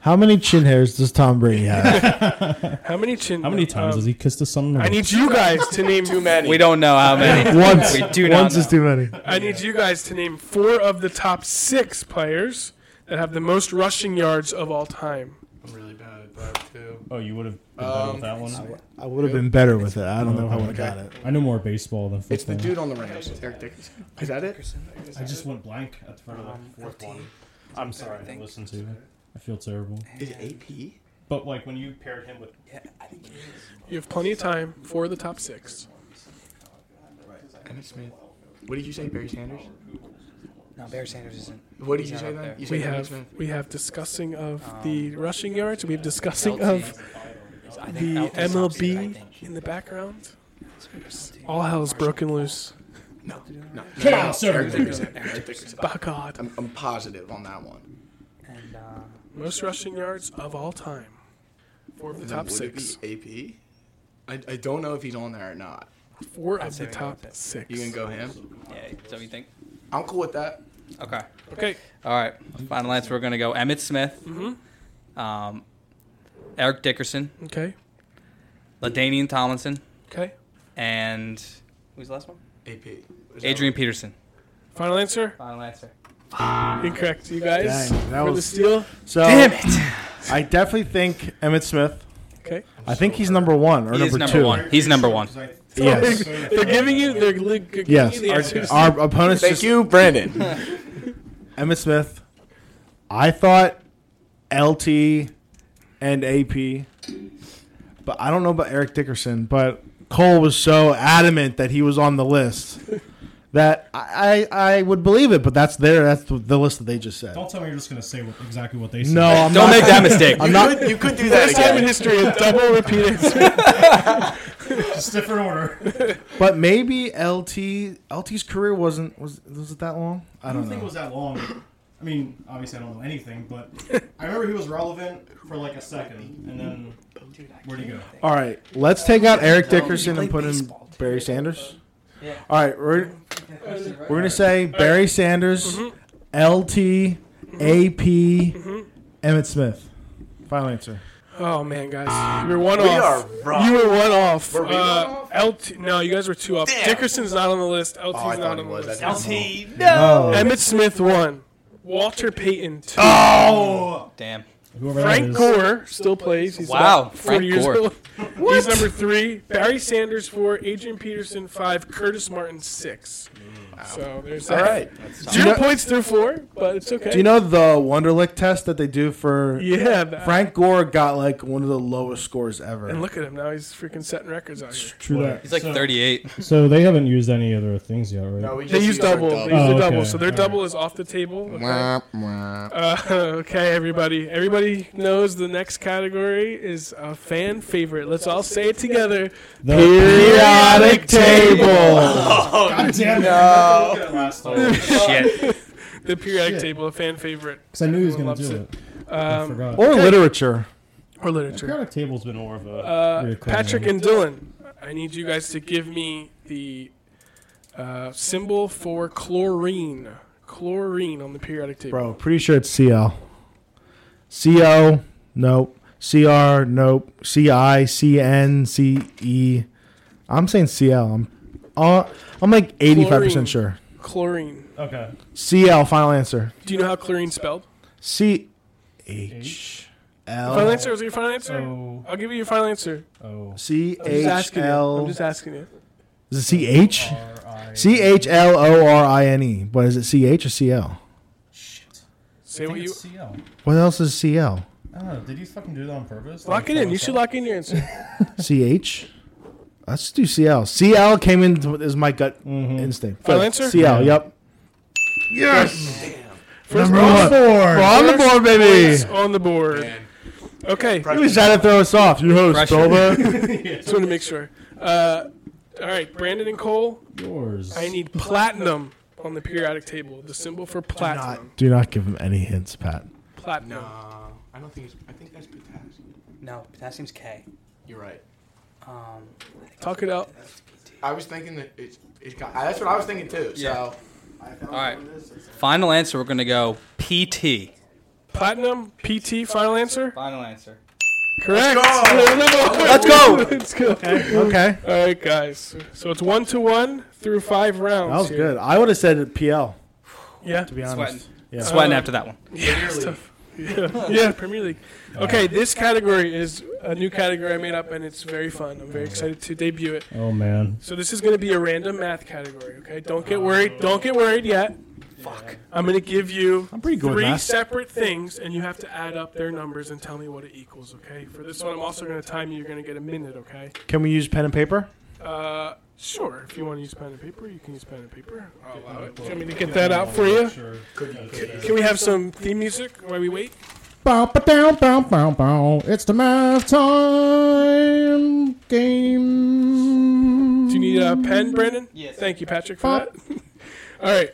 S2: How many chin hairs does Tom Brady have?
S1: How many chin?
S3: How many times
S1: um,
S3: has he kissed the sun?
S1: I need you guys to name
S5: Too many.
S4: We don't know how many.
S2: Once.
S4: We do not
S2: Once
S4: know.
S2: is too many.
S1: I need you guys to name four of the top six players that have the most rushing yards of all time.
S5: I'm really bad at that too.
S3: Oh, you would have been better
S1: Um,
S3: with that one.
S2: I would have been better with it. I don't know if I would have got it.
S3: I know more baseball than football.
S5: It's the dude on the Rams, Eric Dickerson. Is that it?
S3: I just went blank at the front of the fourth one. I'm sorry. I listened to. I feel terrible.
S5: Is it AP?
S3: But like when you paired him with
S1: You have plenty of time. Four of the top six.
S5: Emmett Smith. What did you say, Barry Sanders?
S4: No, Barry Sanders isn't.
S5: What did you
S4: He's
S5: say
S4: not up
S5: then?
S4: there.
S5: You
S1: We
S5: said Emmett
S1: have
S5: Smith.
S1: we have discussing of
S4: Um,
S1: the rushing yards. We have discussing
S4: LT.
S1: of
S4: I think
S1: the
S4: Elton's upset, I
S1: MLB
S4: think.
S1: in the background. All hell's broken loose.
S5: No, no.
S3: Come on, sir.
S5: Eric Dickerson. Eric Dickerson.
S1: By God,
S5: I'm, I'm positive on that one.
S4: And, uh,
S1: most rushing yards of all time. Four of the top
S5: Would it be
S1: six.
S5: AP? I, I don't know if he's on there or not.
S1: Four of the
S4: say we
S1: top
S4: got that.
S1: six.
S5: You can go him.
S4: yeah, is that what you think?
S5: I'm cool with that.
S4: Okay.
S1: Okay,
S4: All right. Final answer. We're gonna go Emmett Smith, um, Eric Dickerson,
S1: okay,
S4: Ladainian Tomlinson,
S1: okay.
S4: and who's the last one?
S5: AP. Is that
S4: Adrian Peterson.
S1: Final answer.
S4: Final answer.
S1: Incorrect. You guys
S2: Dang, that
S1: for the
S2: was-
S1: steal.
S2: So Damn it! I definitely think Emmett Smith.
S1: Okay.
S2: I think he's number one or
S4: He is
S2: number,
S4: number
S2: two.
S4: one. He's number one.
S2: Yes.
S1: They're giving you. They're li- giving
S2: Yes.
S1: you the answers.
S2: Our opponents
S5: Thank
S2: just
S5: you, Brandon.
S2: Emmett Smith. I thought LT and AP, but I don't know about Eric Dickerson. But Cole was so adamant that he was on the list that I, I, I would believe it. But that's their that's the, the list that they just said.
S3: Don't tell me you're just gonna say what, exactly what they said.
S2: No, I'm
S4: Don't
S2: not,
S4: make that mistake.
S2: I'm not.
S5: you could do that
S1: First time in
S5: again.
S1: history, a double repeat answer.
S3: just different order.
S2: But maybe LT LT's career wasn't was was it that long? I
S3: I
S2: don't
S3: don't think it
S2: know.
S3: was that long. I mean, obviously, I don't know anything, but I remember he was relevant for like a second, and then where'd he go?
S2: All right, let's take out Eric Dickerson
S4: played
S2: and put in
S4: baseball.
S2: Barry Sanders. All right, we're we're gonna say Barry Sanders,
S1: Mm-hmm.
S2: LT, AP, Emmett Smith. Final answer.
S1: Oh man, guys, you were one
S5: We
S1: off.
S5: are
S1: You
S5: wrong.
S1: were one off.
S5: Were we
S1: uh, LT, no, you guys were two off.
S5: Damn.
S1: Dickerson's not on the list. LT's
S9: Oh,
S1: not
S9: I thought he
S1: on the
S9: was.
S1: list.
S9: I didn't know.
S4: LT.
S1: Oh.
S4: No.
S1: Emmett Smith one. Walter Payton two.
S4: Damn.
S3: Whoever that
S1: Frank
S3: is.
S1: Gore still plays. He's
S4: Wow,
S1: about four
S4: Frank
S1: years
S4: Gore.
S1: old. He's number three. Barry Sanders four. Adrian Peterson five. Curtis Martin six. So there's
S5: All
S1: that.
S5: right.
S1: Zero points through four, but it's okay.
S2: Do you know the Wonderlick test that they do for
S1: Yeah. That.
S2: Frank Gore got like one of the lowest scores
S1: And
S2: ever.
S1: look at him now. He's freaking setting records out here.
S3: True that.
S4: He's like 38.
S3: So they haven't used any other things yet, right?
S5: No, we just
S1: They use
S5: used our
S1: double. They
S3: Oh,
S1: use the
S3: okay.
S1: double. So their
S3: All
S1: double is off the table. Okay.
S9: Wah, wah.
S1: Uh, okay, everybody. Everybody knows the next category is a fan favorite. Let's all say it together.
S3: The
S2: Periodic table.
S3: Goddamn it!
S4: Shit.
S1: The periodic table, a fan favorite,
S3: Because I knew he was gonna
S1: Everyone
S3: do
S1: loves Um, oh.
S3: it. I forgot.
S2: Or literature.
S1: or literature.
S3: Periodic table's been more of a
S1: Uh,
S3: reoccurring-
S1: Patrick and Dylan, I need you guys to give me the uh, symbol for chlorine. Chlorine on the periodic table.
S2: Bro, pretty sure it's CL. CO, nope. CR, nope. CI, CN, CE. E. I'm saying CL. I'm, uh, I'm like 85%
S1: Chlorine.
S2: sure.
S1: Chlorine.
S3: Okay.
S2: CL, final answer.
S1: Do you know how chlorine spelled?
S2: C H
S3: Oh.
S1: Final
S2: L
S1: answer? Was it your final answer?
S3: So,
S1: I'll give you your final answer.
S3: O
S2: C
S1: I'm just
S2: H
S1: asking you. I'm
S2: L.
S1: just asking you.
S2: Is it C H?
S3: R I.
S2: C H L O R I N E. But is it C H or C L?
S1: Say
S3: I
S1: what
S3: think
S1: you.
S3: it's CL.
S2: What else is C L?
S3: I don't know. Oh, Did you fucking do that on purpose?
S1: Lock it in. You should lock in your answer.
S2: C H? Let's do CL. CL came in as my gut instinct.
S1: Final answer?
S2: CL,
S3: Yeah.
S2: yep.
S1: First
S2: Number one. We're on the board, baby.
S1: It's on the board. Okay,
S2: He was trying to throw us off. You know,
S4: Pressure.
S2: Spova.
S1: just want to make sure. Uh, all right, Brandon and Cole,
S3: Yours.
S1: I need platinum on the periodic table. The symbol for platinum.
S2: Uh, Do not give him any hints, Pat.
S1: Platinum.
S9: I don't think it's. I think that's potassium.
S4: No, potassium's K.
S9: You're right.
S4: Um,
S1: Talk it out.
S9: I was thinking that it's. It's got. That's what I was thinking too.
S4: Yeah.
S9: So.
S4: all right. Final answer. We're gonna go PT.
S1: Platinum, PT, final answer?
S4: Final answer.
S1: Correct.
S4: Let's go.
S1: Let's go.
S2: Okay.
S1: All right, guys. So it's one to one through five rounds.
S2: That was
S1: here.
S2: good. I would have said PL,
S1: Yeah.
S2: to be
S4: Sweating.
S2: honest. Yeah.
S4: Sweating after that one.
S1: Yeah, it's tough. Yeah. yeah, Premier League. Okay, this category is a new category I made up, and it's very fun. I'm very excited to debut it.
S3: Oh man.
S1: So this is going to be a random math category. Okay, don't get worried. Don't get worried yet. Fuck. I'm going to give you
S2: pretty good with
S1: three
S2: math.
S1: separate things, and you have to add up their numbers and tell me what it equals. Okay. For this one, I'm also going to time you. You're going to get a minute. Okay.
S2: Can we use pen and paper?
S1: Uh, sure. If you want to use pen and paper, you can use pen and paper. I'll allow it. Do you want me to get that out for you? Can we have some theme music while we wait?
S3: Bow, ba, down, bow, bow, bow. It's the math time game.
S1: Do you need a pen, Brandon?
S4: Yes.
S1: Thank you, Patrick, for that. All right.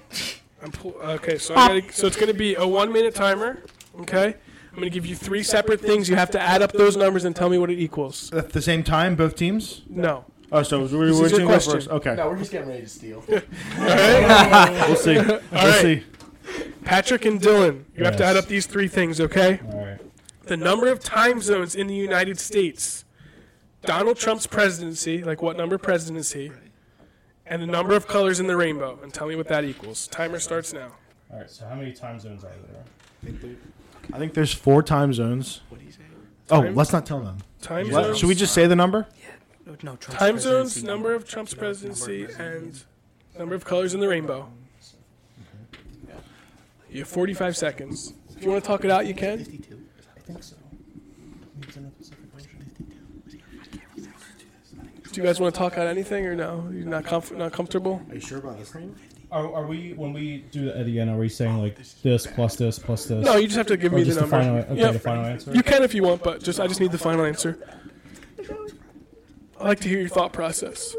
S1: I'm pull- okay, so I gotta, so it's going to be a one minute timer. Okay. I'm going to give you three separate things. You have to add up those numbers and tell me what it equals.
S2: At the same time, both teams?
S1: No.
S2: Oh, so we
S1: This
S2: were
S1: is
S2: we're
S1: your
S2: doing go
S1: question.
S2: first. Okay.
S9: No, we're just getting ready to steal.
S2: We'll see. We'll
S1: right.
S2: see.
S1: Patrick and Dylan, you have to
S3: Yes.
S1: add up these three things, okay?
S3: All right.
S1: The number of time zones in the United States, Donald Trump's presidency, like what number president is he, and the number of colors in the rainbow, and tell me what that equals. Timer starts now.
S3: All right. So how many time zones are there?
S2: I think there's four time zones. Oh,
S1: Time-
S2: let's not tell them.
S1: Time
S2: Let-
S1: zones,
S2: should we just say the number?
S4: No, Trump's
S1: time
S4: presidency
S1: zones, number of Trump's presidency, and number of colors in the rainbow. You have 45 seconds. If you want to talk it out, you can. Do you guys want to talk out anything or no? You're not comf- not comfortable.
S9: Are you sure about this?
S3: Are, are we when we do that at the end? Are we saying like this plus this plus this?
S1: No, you just have to give
S3: or
S1: me
S3: Oh, just
S1: the
S3: the,
S1: number.
S3: final, okay,
S1: Yep.
S3: the final answer.
S1: You can if you want, but just I just need the final answer. I like to hear your thought process.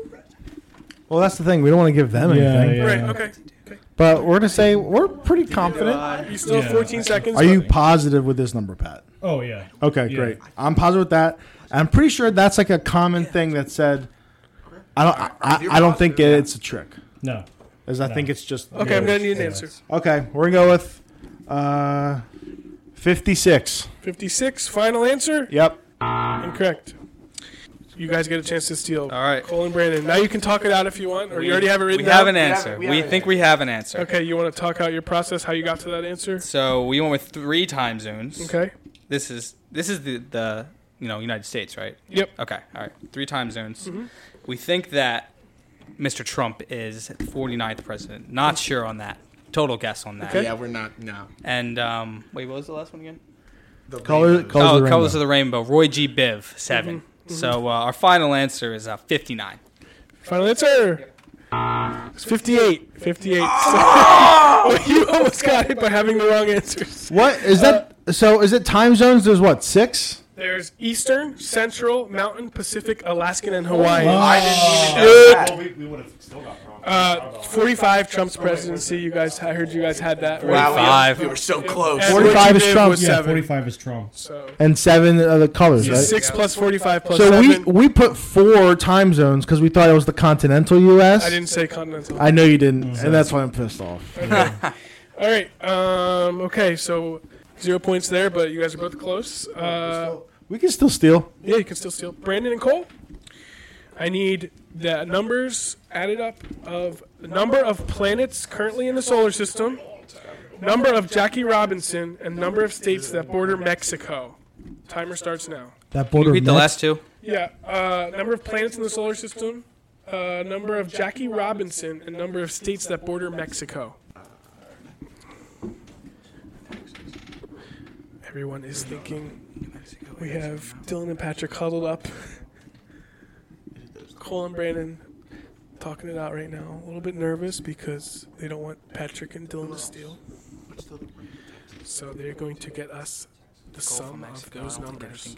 S2: Well, that's the thing. We don't want to give them
S3: yeah,
S2: anything.
S3: yeah.
S1: Right. Okay. Okay.
S2: But we're gonna say we're pretty confident.
S1: You still have
S3: Yeah.
S1: 14 seconds.
S2: Are you positive with this number, Pat?
S3: Oh yeah.
S2: Okay,
S3: Yeah.
S2: great. I'm positive with that. I'm pretty sure that's like a common thing that said. I don't. I, I, I don't think it's a trick.
S3: No.
S2: As I think it's just
S1: Okay, I'm gonna need an answer.
S2: Okay, we're gonna go with uh, fifty-six.
S1: 56. Final answer.
S2: Yep.
S1: Incorrect. You guys get a chance to steal.
S4: All right.
S1: Cole and Brandon. Now you can talk it out if you want, or you
S4: We-
S1: already have it
S4: We
S1: written
S4: have
S1: down.
S4: an answer.
S5: it-
S4: We,
S5: we have it.
S4: think we have an answer.
S1: Okay, you want to talk out your process, how you got to that answer?
S4: So we went with three time zones.
S1: Okay.
S4: This is this is the the you know United States, right?
S1: Yep.
S4: Okay. All right. Three time zones. We think that Mr. Trump is the 49th president. Not sure on that. Total guess on that.
S9: Yeah, we're not. No.
S4: And um, wait, what was the last one again?
S9: The
S2: Color,
S9: rainbow.
S2: colors
S4: oh,
S2: of the
S4: Colors of
S2: rainbow.
S4: the Rainbow. Roy G. Biv, 7 So uh, our final answer is uh, 59.
S1: Final answer. It's 58. 58. So- Well, you almost got it by having the wrong answers.
S2: What is that? So is it time zones? There's what six?
S1: There's Eastern, Central, Mountain, Pacific, Alaskan, and Hawaii.
S9: I didn't even know that.
S1: Uh, 45 Trump's presidency. You guys, I heard you guys had that. right?
S9: Wow, we-
S4: 45.
S9: We were so close.
S1: And
S2: 45 is
S1: Dave
S2: Trump,
S1: was
S2: yeah,
S3: Yeah,
S1: seven.
S3: forty-five is Trump.
S1: So
S2: and seven other colors, right?
S1: six plus 45 plus
S2: So we
S1: seven.
S2: we put four time zones because we thought it was the continental U.S.
S1: I didn't say continental.
S2: I know you didn't, and that's why I'm pissed off.
S1: All right. Um, okay, so zero points there, but you guys are both close. Uh,
S2: We can still steal.
S1: yeah, you can still steal. Brandon and Cole, I need the numbers added up of the number of planets currently in the solar system, number of Jackie Robinson, and number of states that border Mexico. Timer starts now.
S2: That border.
S4: Repeat the last two.
S1: Yeah, uh, number of planets in the solar system, uh, number of Jackie Robinson, and number of states that border Mexico. Everyone is thinking. We have Dylan and Patrick huddled up. Cole and Brandon talking it out right now. A little bit nervous because they don't want Patrick and Dylan to steal. So they're going to get us the sum of those numbers.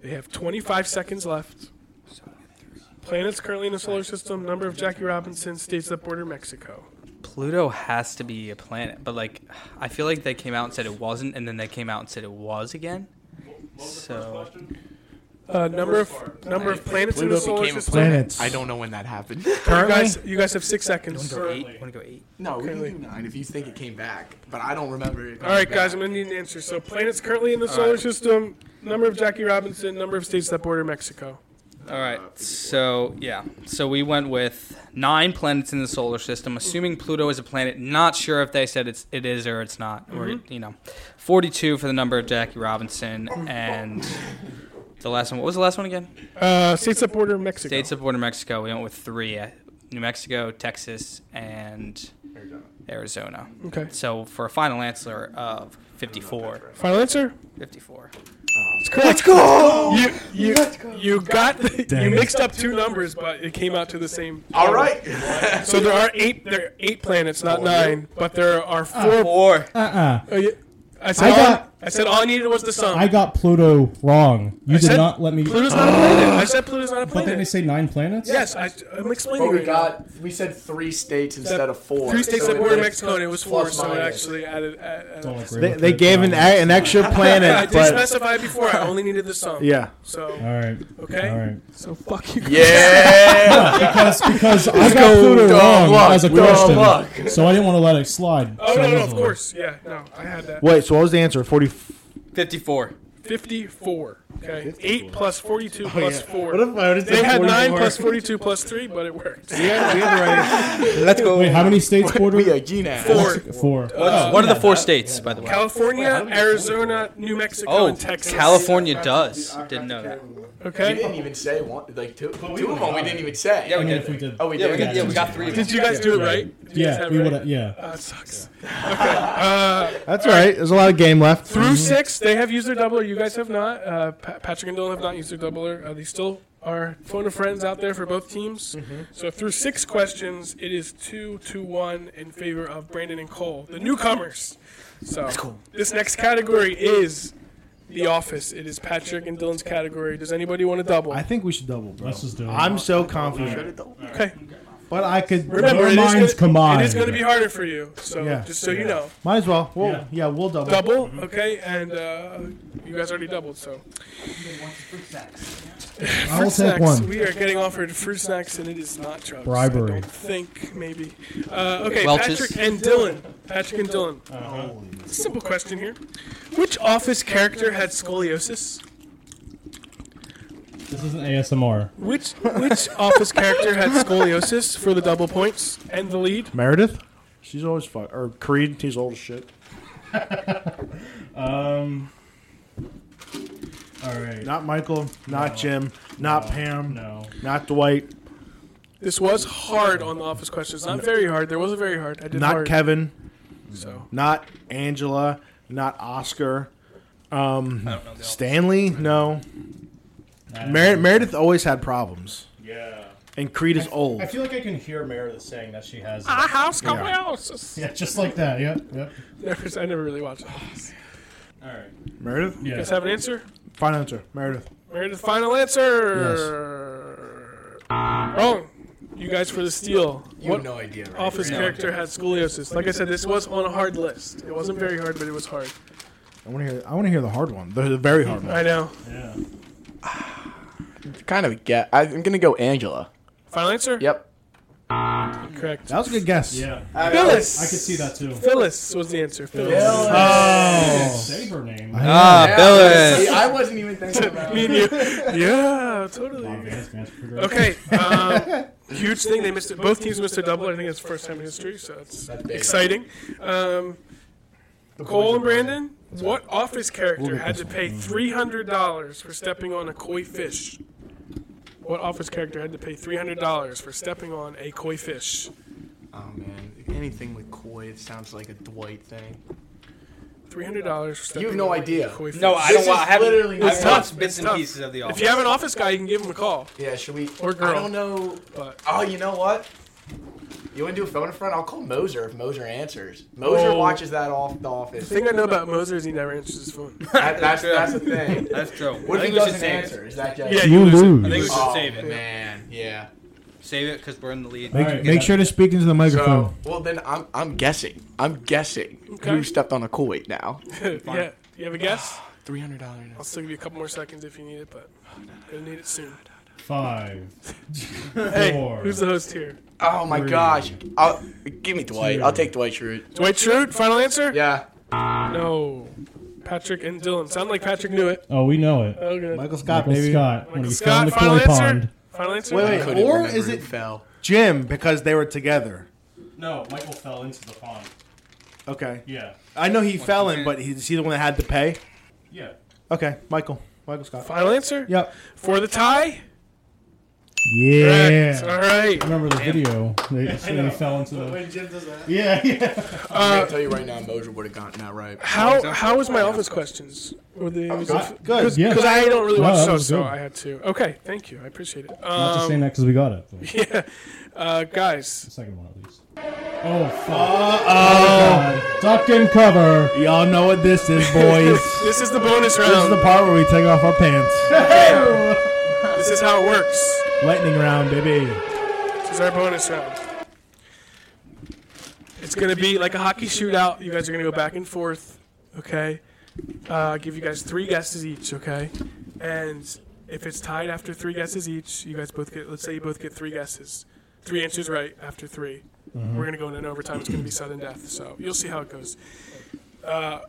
S1: They have 25 seconds left. Planets currently in the solar system. Number of Jackie Robinson states that border Mexico.
S4: Pluto has to be a planet, but like, I feel like they came out and said it wasn't, and then they came out and said it was again. So
S1: Uh, number of number of planets in the solar
S9: became a
S1: system.
S2: planets.
S9: I don't know when that happened.
S1: You guys, you guys have six seconds. All
S4: eight. Want to go eight?
S9: no, we
S1: Currently.
S9: can do nine if you think it came back, but I don't remember. It
S1: right, guys, I'm gonna need an answer. So, planets currently in the solar system. Number of Jackie Robinson. Number of states that border Mexico.
S4: All right. So yeah. So we went with nine planets in the solar system, assuming Pluto is a planet. Not sure if they said it's it is or it's not. Or you know, forty-two for the number of Jackie Robinson and the last one. What was the last one again?
S1: Uh, states that border Mexico.
S4: States that border Mexico. We went with three: uh, New Mexico, Texas, and Arizona.
S1: Okay.
S4: So for a final answer of 54,
S1: Final answer.
S4: 54.
S1: It's correct. Let's go. You you you got you mixed up two numbers, but it came out to the same.
S9: All right.
S1: So there are eight. There are eight planets, not nine. But there are four.
S4: Four.
S1: Oh, yeah. I said.
S3: I
S1: all,
S3: got-
S1: I said all I needed was the sum.
S3: Uh-uh. I got Pluto wrong. You did
S1: said
S3: not let me.
S1: Pluto's not a planet. I said Pluto's not a
S3: but didn't they
S1: planet.
S3: say nine planets?
S1: yes, I, I'm explaining.
S9: But we
S1: right
S9: got we said three states
S1: now.
S9: instead of four.
S1: Three states
S9: so
S1: that
S9: it
S1: border
S9: was-
S1: Mexico, and it was four,
S9: plus
S1: so it
S9: minus.
S1: actually added. added,
S3: Don't
S1: added.
S3: agree
S2: They,
S3: with
S2: they
S3: it.
S2: gave an, a- an extra
S1: I
S2: planet,
S1: did
S2: but
S1: specify before. I only needed the sum.
S2: yeah.
S1: So
S3: All right.
S1: okay.
S3: All right.
S1: So fuck you.
S9: Yeah.
S3: Because because I got Pluto wrong as a question, so I didn't want to let it slide.
S1: Oh
S3: so
S1: no,
S3: I
S1: no,
S3: was
S1: of
S3: like,
S1: course. Yeah, no, I had that.
S2: Wait, so what was the answer? Forty.
S4: 54.
S1: 54. Okay, eight plus
S3: Oh,
S1: forty-two plus four.
S2: What if I would
S1: They had nine plus forty-two plus three, but it worked.
S4: Let's go.
S3: Wait, how many states border?
S10: We a GNAS.
S1: Four.
S3: Four. Oh,
S4: what are the four states, by the way?
S1: California, Arizona, New Mexico,
S4: Oh,
S1: and Texas.
S4: California does. Didn't know that.
S10: We
S1: Okay.
S10: didn't even say one. Like two, two of them we didn't even say.
S4: Yeah, we
S3: mean,
S4: did.
S3: if we did-
S10: oh, we
S4: Yeah, we
S10: did.
S4: got, yeah, we got three. of them.
S1: Did you guys do it right? Did you guys
S3: Yeah,
S1: have
S3: we
S1: it
S3: would.
S1: right?
S3: have Yeah.
S1: Uh, sucks.
S2: That's all right. There's a lot of game left.
S3: Mm-hmm.
S1: Through six, they have used their doubler. You guys have not. Uh, Pa- Patrick and Dylan have not used their doubler. Uh, they still are phone of friends out there for both teams.
S3: Mm-hmm.
S1: So through six questions, it is two to one in favor of Brandon and Cole, the newcomers. So this next category is the office. It is Patrick and Dylan's category. Does anybody want to double?
S2: I think we should double, bro.
S3: Let's just do it.
S2: I'm so confident,
S1: Okay.
S2: but I could.
S1: Remember, it is
S3: minds
S1: gonna-
S3: combine.
S1: It is going to be harder for you. So
S2: Yeah.
S1: just so you know.
S2: Might as well. We'll yeah, we'll double.
S1: double, okay, and uh, you guys already doubled, so.
S3: I will take
S1: snacks.
S3: one.
S1: We are getting offered fruit snacks, and it is not drugs.
S3: Bribery.
S1: I don't think maybe. Uh, okay,
S4: Welch's.
S1: Patrick and Dylan. Patrick and Dylan. Simple question here. Which office character had scoliosis?
S3: This is an ASMR.
S1: Which which office character had scoliosis for the double points and the lead?
S2: Meredith, she's always fuck or Creed. He's old as shit.
S3: All right.
S2: Not Michael. Not Jim. Not Pam.
S3: No.
S2: Not Dwight.
S1: This was hard on the office questions. Not very hard. There wasn't very hard. I did
S2: Not
S1: hard.
S2: Kevin.
S1: So.
S2: Not Angela. Not Oscar. Um,
S4: I don't know the office.
S2: Stanley. No. Mer- Meredith always had problems,
S3: Yeah.
S2: and Creed is old.
S3: I feel like I can hear Meredith saying that she has.
S1: I have Ah, scoliosis.
S3: Yeah, just like that. Yep. Yep.
S1: Never, I never really watched. it.
S3: All right.
S2: Meredith.
S1: You
S3: Yeah.
S1: guys have an answer?
S2: Final answer. Meredith.
S1: Meredith, final answer. Wrong. You guys for the steal.
S5: You
S1: what
S5: have no idea, right?
S1: office character had scoliosis? Like I said, this was on a hard list. It wasn't very hard, but it was hard.
S2: I want to hear. I want to hear the hard one. The, the very hard one.
S1: I know.
S3: Yeah.
S10: Kind of get. I'm gonna go Angela.
S1: Final answer?
S10: Yep.
S1: Correct.
S2: That was a good guess.
S3: Yeah.
S1: Phyllis.
S3: I could see that too.
S1: Phyllis was the answer. Phyllis.
S3: Say her name.
S4: Ah,
S10: See,
S4: Phyllis.
S10: I wasn't even thinking about
S1: Me
S10: it.
S1: and you. Yeah, totally. Okay. Um, huge thing. They missed it. Both teams missed a double. I think it's the first time in history, so it's exciting. Um, Cole and Brandon, what office character had to pay three hundred dollars for stepping on a koi fish? What office character had to pay three hundred dollars for stepping on a koi fish?
S5: Oh man, anything with koi, it sounds like a Dwight thing.
S1: Three hundred dollars for stepping
S5: You have no
S1: on
S5: idea.
S1: a koi fish.
S4: No, I don't want. I
S5: literally-
S4: haven't.
S5: It's
S4: I've
S5: tough.
S4: watched bits and
S1: tough.
S4: pieces of the
S1: If
S4: office.
S1: you have an office guy, you can give him a call.
S5: Yeah, should we?
S1: Or girl.
S5: I don't know.
S1: But
S5: Oh, you know what? You want to do a phone in front? I'll call Moser if Moser answers. Moser
S1: Oh.
S5: watches that off the office.
S1: the thing I know about Moser is he never answers his phone.
S5: That- that's, that's the thing.
S4: That's true.
S5: What
S4: I think we
S5: if he
S4: should
S5: doesn't
S4: save
S5: answer?
S4: it.
S5: Is that just?
S1: Yeah,
S3: You
S1: you lose.
S3: lose.
S4: I think we should
S5: Oh,
S4: save it.
S5: man, yeah.
S4: Save it because we're in the lead.
S2: Make,
S3: All right.
S2: make sure to speak into the microphone.
S5: So, well then, I'm I'm guessing. I'm guessing
S1: Okay.
S5: who stepped on a Kuwait now.
S1: yeah. You have a guess?
S5: Three hundred dollars.
S1: I'll still give you a couple more seconds if you need it, but gonna need it soon.
S3: Five.
S1: Hey,
S3: Four.
S1: who's the host here?
S5: Oh my gosh! I'll, give me Dwight. I'll take Dwight Schrute.
S1: Dwight Schrute, final answer?
S5: Yeah.
S1: No. Patrick and Dylan. Sound like Patrick knew it.
S3: Oh, we know it.
S1: Oh, good.
S2: Michael Scott,
S3: Michael
S2: baby.
S3: Scott. when
S1: Michael
S3: he
S1: Scott,
S3: found the
S1: final
S3: koi
S1: answer?
S3: pond.
S1: Final answer?
S2: Wait, wait.
S5: Couldn't
S2: Or
S5: remember
S2: is
S5: who
S2: it-
S5: fell?
S2: Jim because they were together.
S3: No, Michael fell into the pond.
S2: Okay.
S3: Yeah.
S2: I know he fell in, but he, is he the one that had to pay?
S3: Yeah.
S2: Okay, Michael. Michael Scott.
S1: Final answer?
S2: Yep.
S1: For the tie?
S2: Yeah.
S1: Correct. All right.
S3: Remember the video? They, they fell into the.
S2: Jim does that.
S3: Yeah, yeah.
S5: I'm gonna tell you right now, Moser would have gotten that right.
S1: How how was my office questions? Were they was it-
S2: Good.
S1: Cause,
S3: Yeah.
S1: 'cause I don't really
S3: No,
S1: watch
S3: that
S1: shows,
S3: was
S1: so
S3: good.
S1: I had to. Okay, thank you. I appreciate it.
S3: Not just saying
S1: Um,
S3: that because we got it. The
S1: yeah. Uh, guys,
S3: second one, at least. Oh, fuck. oh Duck and cover.
S2: Y'all know what this is, boys.
S1: this is the bonus round.
S2: this is the part where we take off our pants.
S1: this is how it works.
S2: Lightning round, baby.
S1: This is our bonus round. It's gonna be like a hockey shootout. You guys are gonna go back and forth, okay? Uh, give you guys three guesses each, okay? And if it's tied after three guesses each, you guys both get. Let's say you both get three guesses, three answers right after 3 we We're gonna go into overtime. It's gonna be sudden death, so you'll see how it goes. Uh,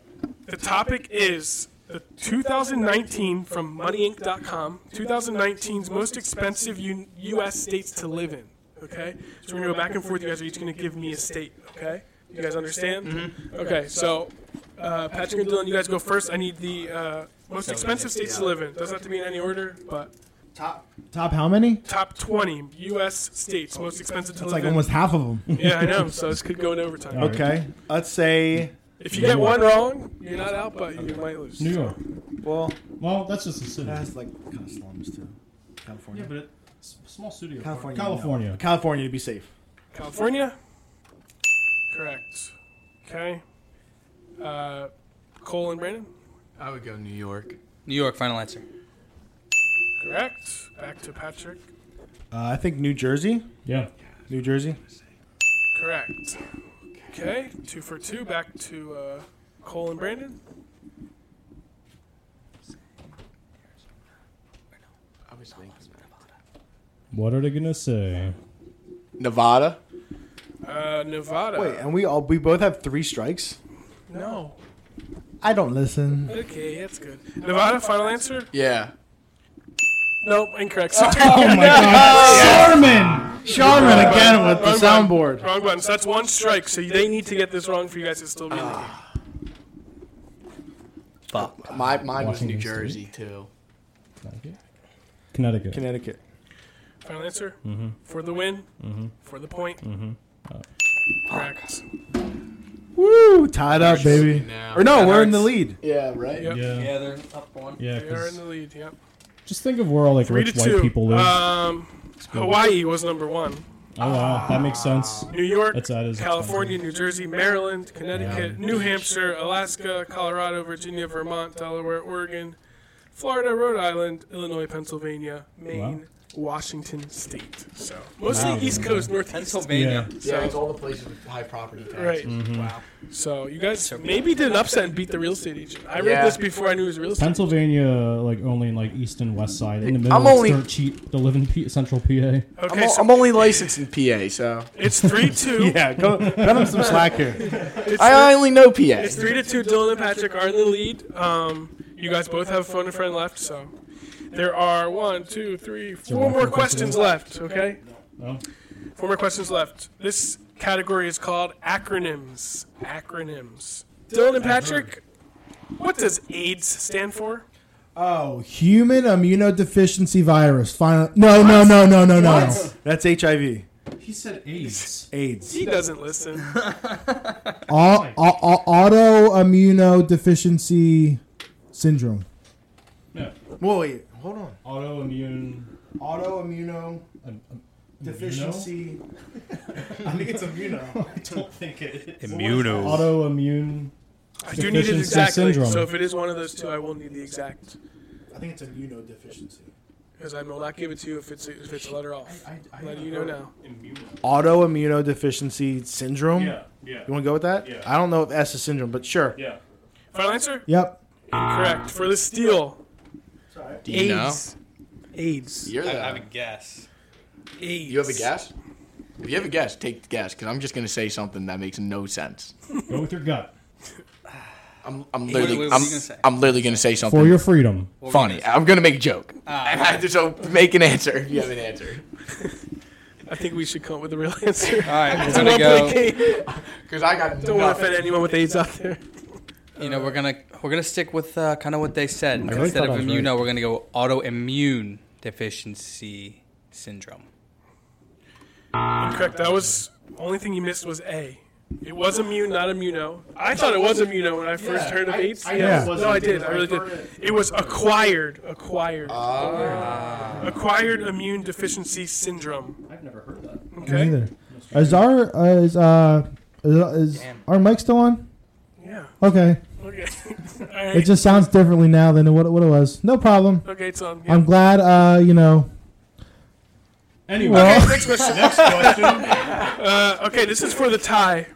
S1: the topic is the 2019 from MoneyInc.com, 2019's most expensive U- U.S. states to live in. Okay, so we're gonna go back and forth. You guys are each gonna give me a state. Okay, you guys understand? Okay, so uh, Patrick and Dylan, you guys go first. I need the uh, most expensive states to live in. Doesn't have to be in any order, but
S5: Top.
S2: Top how many?
S1: top 20 U.S. states most expensive to
S2: It's
S1: live
S2: like
S1: in.
S2: almost half of them.
S1: yeah, I know. So this could go in overtime.
S3: All right.
S2: Okay, let's say.
S1: If you get one wrong, you're not out, but you might lose.
S3: New York.
S2: Well, uh,
S3: Well, that's just a city.
S6: That's like kind of slums too. California.
S3: but it's small studio.
S6: California,
S3: California.
S2: California to be safe.
S1: California? Correct. Okay. Uh, Cole and Brandon?
S9: I would go New York.
S4: New York, final answer.
S1: Correct. Back to Patrick.
S2: Uh, I think New Jersey.
S3: Yeah.
S2: New Jersey.
S1: Correct. Okay. Two for two. Back to uh, Cole and Brandon.
S9: I was thinking.
S3: What are they gonna say?
S5: Nevada.
S1: Uh, Nevada.
S6: Wait, and we all we both have three strikes.
S1: No.
S6: I don't listen.
S1: Okay, that's good. Nevada, final answer?
S5: Yeah.
S1: Nope, incorrect. So
S3: Oh my God, Charmin.
S2: Charmin again with the
S1: Wrong button.
S2: soundboard.
S1: Wrong button. So that's one strike. So they need to get this wrong for you guys to still be in the game.
S5: Fuck. My mine was
S3: Washington
S5: New
S3: State.
S5: Jersey too.
S3: Connecticut.
S2: Connecticut.
S1: Final answer? Mm-hmm. For the win? Mm-hmm. For the point? Mm-hmm. Correct.
S2: Woo! Tied up, baby.
S9: Now.
S2: Or no,
S4: That
S2: we're in the
S4: hurts.
S2: lead.
S5: Yeah. Right.
S1: Yep.
S3: Yeah. Yeah.
S4: they're up one.
S1: They are in
S3: 'cause
S1: the lead. Yep.
S3: just think of where all like
S1: Three
S3: rich
S1: to
S3: white
S1: two.
S3: people live.
S1: Um, Hawaii was number one.
S3: oh wow, that makes sense.
S1: New York,
S3: That's- that is
S1: California, New Jersey, Maryland, Connecticut, New Hampshire, Alaska, Colorado, Virginia, Vermont, Delaware, Oregon, Florida, Rhode Island, Illinois, Pennsylvania, Maine, Washington State. So mostly East Coast, Northeast.
S4: Pennsylvania.
S9: Yeah, it's all the places with high property taxes.
S1: Right.
S5: Mm.
S9: Wow.
S1: So you guys maybe did an upset and beat the real estate agent. I read
S5: Yeah.
S1: this before I knew it was real estate.
S3: Pennsylvania, like only in like east and west side. In the middle,
S5: I'm
S3: I'm
S5: only-
S3: dirt cheap to live in P- central PA.
S5: I'm,
S1: Okay,
S5: o-
S1: so
S5: I'm only licensed in PA, so
S1: it's three two.
S2: Yeah, go cut him some slack here.
S5: I only know PA.
S1: It's three to two. Dylan and Patrick are in the lead. Um, you guys both have phone and friend left, so there are one, two, three, four more questions left. Okay,
S3: No.
S1: four more questions left. This category is called acronyms. Acronyms. Dylan and Patrick, what does AIDS stand for?
S2: Oh, human immunodeficiency virus. Final. No, no, no, no, no, no. That's HIV.
S3: He said AIDS.
S2: AIDS.
S1: He doesn't listen.
S2: Au- au- au- autoimmunodeficiency syndrome.
S3: No.
S6: Whoa, wait, hold on.
S3: Autoimmune.
S6: Autoimmuno
S3: Um, um,
S6: deficiency. I think it's immuno.
S4: Immuno.
S3: Autoimmune.
S1: I do need it
S3: Deficiency
S1: exactly.
S3: syndrome.
S1: So if it is one of those two, I will need the exact
S6: I think it's immunodeficiency.
S1: because I will not give it to you if it's if it's a letter off.
S6: I,
S1: I'm letting you know now.
S6: Autoimmunodeficiency syndrome.
S3: Yeah.
S6: You want to go with that?
S3: Yeah.
S6: I don't know if S is syndrome, but sure.
S3: Yeah.
S1: Final answer.
S2: Yep.
S1: Correct for the steal.
S5: Do you know?
S1: AIDS.
S5: You're
S4: I,
S5: the,
S4: I have a guess.
S1: AIDS.
S5: you have a guess? If you have a guess, take the guess, because I'm just gonna say something that makes no sense.
S3: Go with your gut
S5: I'm, I'm literally,
S4: Wait, wait, what
S5: I'm,
S4: was you gonna say?
S5: I'm literally gonna say
S3: for
S5: something
S3: your freedom.
S5: funny. I'm gonna make a joke.
S4: Ah.
S5: I have to so make an answer. If you have an answer,
S1: I think we should come up with a real answer.
S4: All right, we're
S1: It's a
S4: gonna
S1: one-point
S4: go.
S1: game.
S5: because I got
S1: Don't want to offend anyone with AIDS out there.
S4: You know, we're gonna we're gonna stick with uh, kind of what they said.
S3: really
S4: Instead
S3: thought I
S4: of
S3: was
S4: immuno,
S3: right.
S4: we're gonna go autoimmune deficiency syndrome.
S1: Correct. That was only thing you missed was A. It was immune, not immuno. I thought it was immuno when I first heard of AIDS.
S2: Yeah.
S1: No, I did. I really did. It was acquired. Acquired. Ah. Acquired immune deficiency syndrome.
S3: I've never heard that.
S1: Okay.
S2: Neither. Is our uh, is uh is, is our mic still on?
S1: Yeah.
S2: Okay.
S1: Okay. All
S2: It
S1: right.
S2: just sounds differently now than what, what it was. No problem.
S1: Okay, it's on. Yeah.
S2: I'm glad. Uh, you know.
S3: Anyway,
S2: Well,
S1: Next question. Next question. Oh. uh, okay, this is for the tie.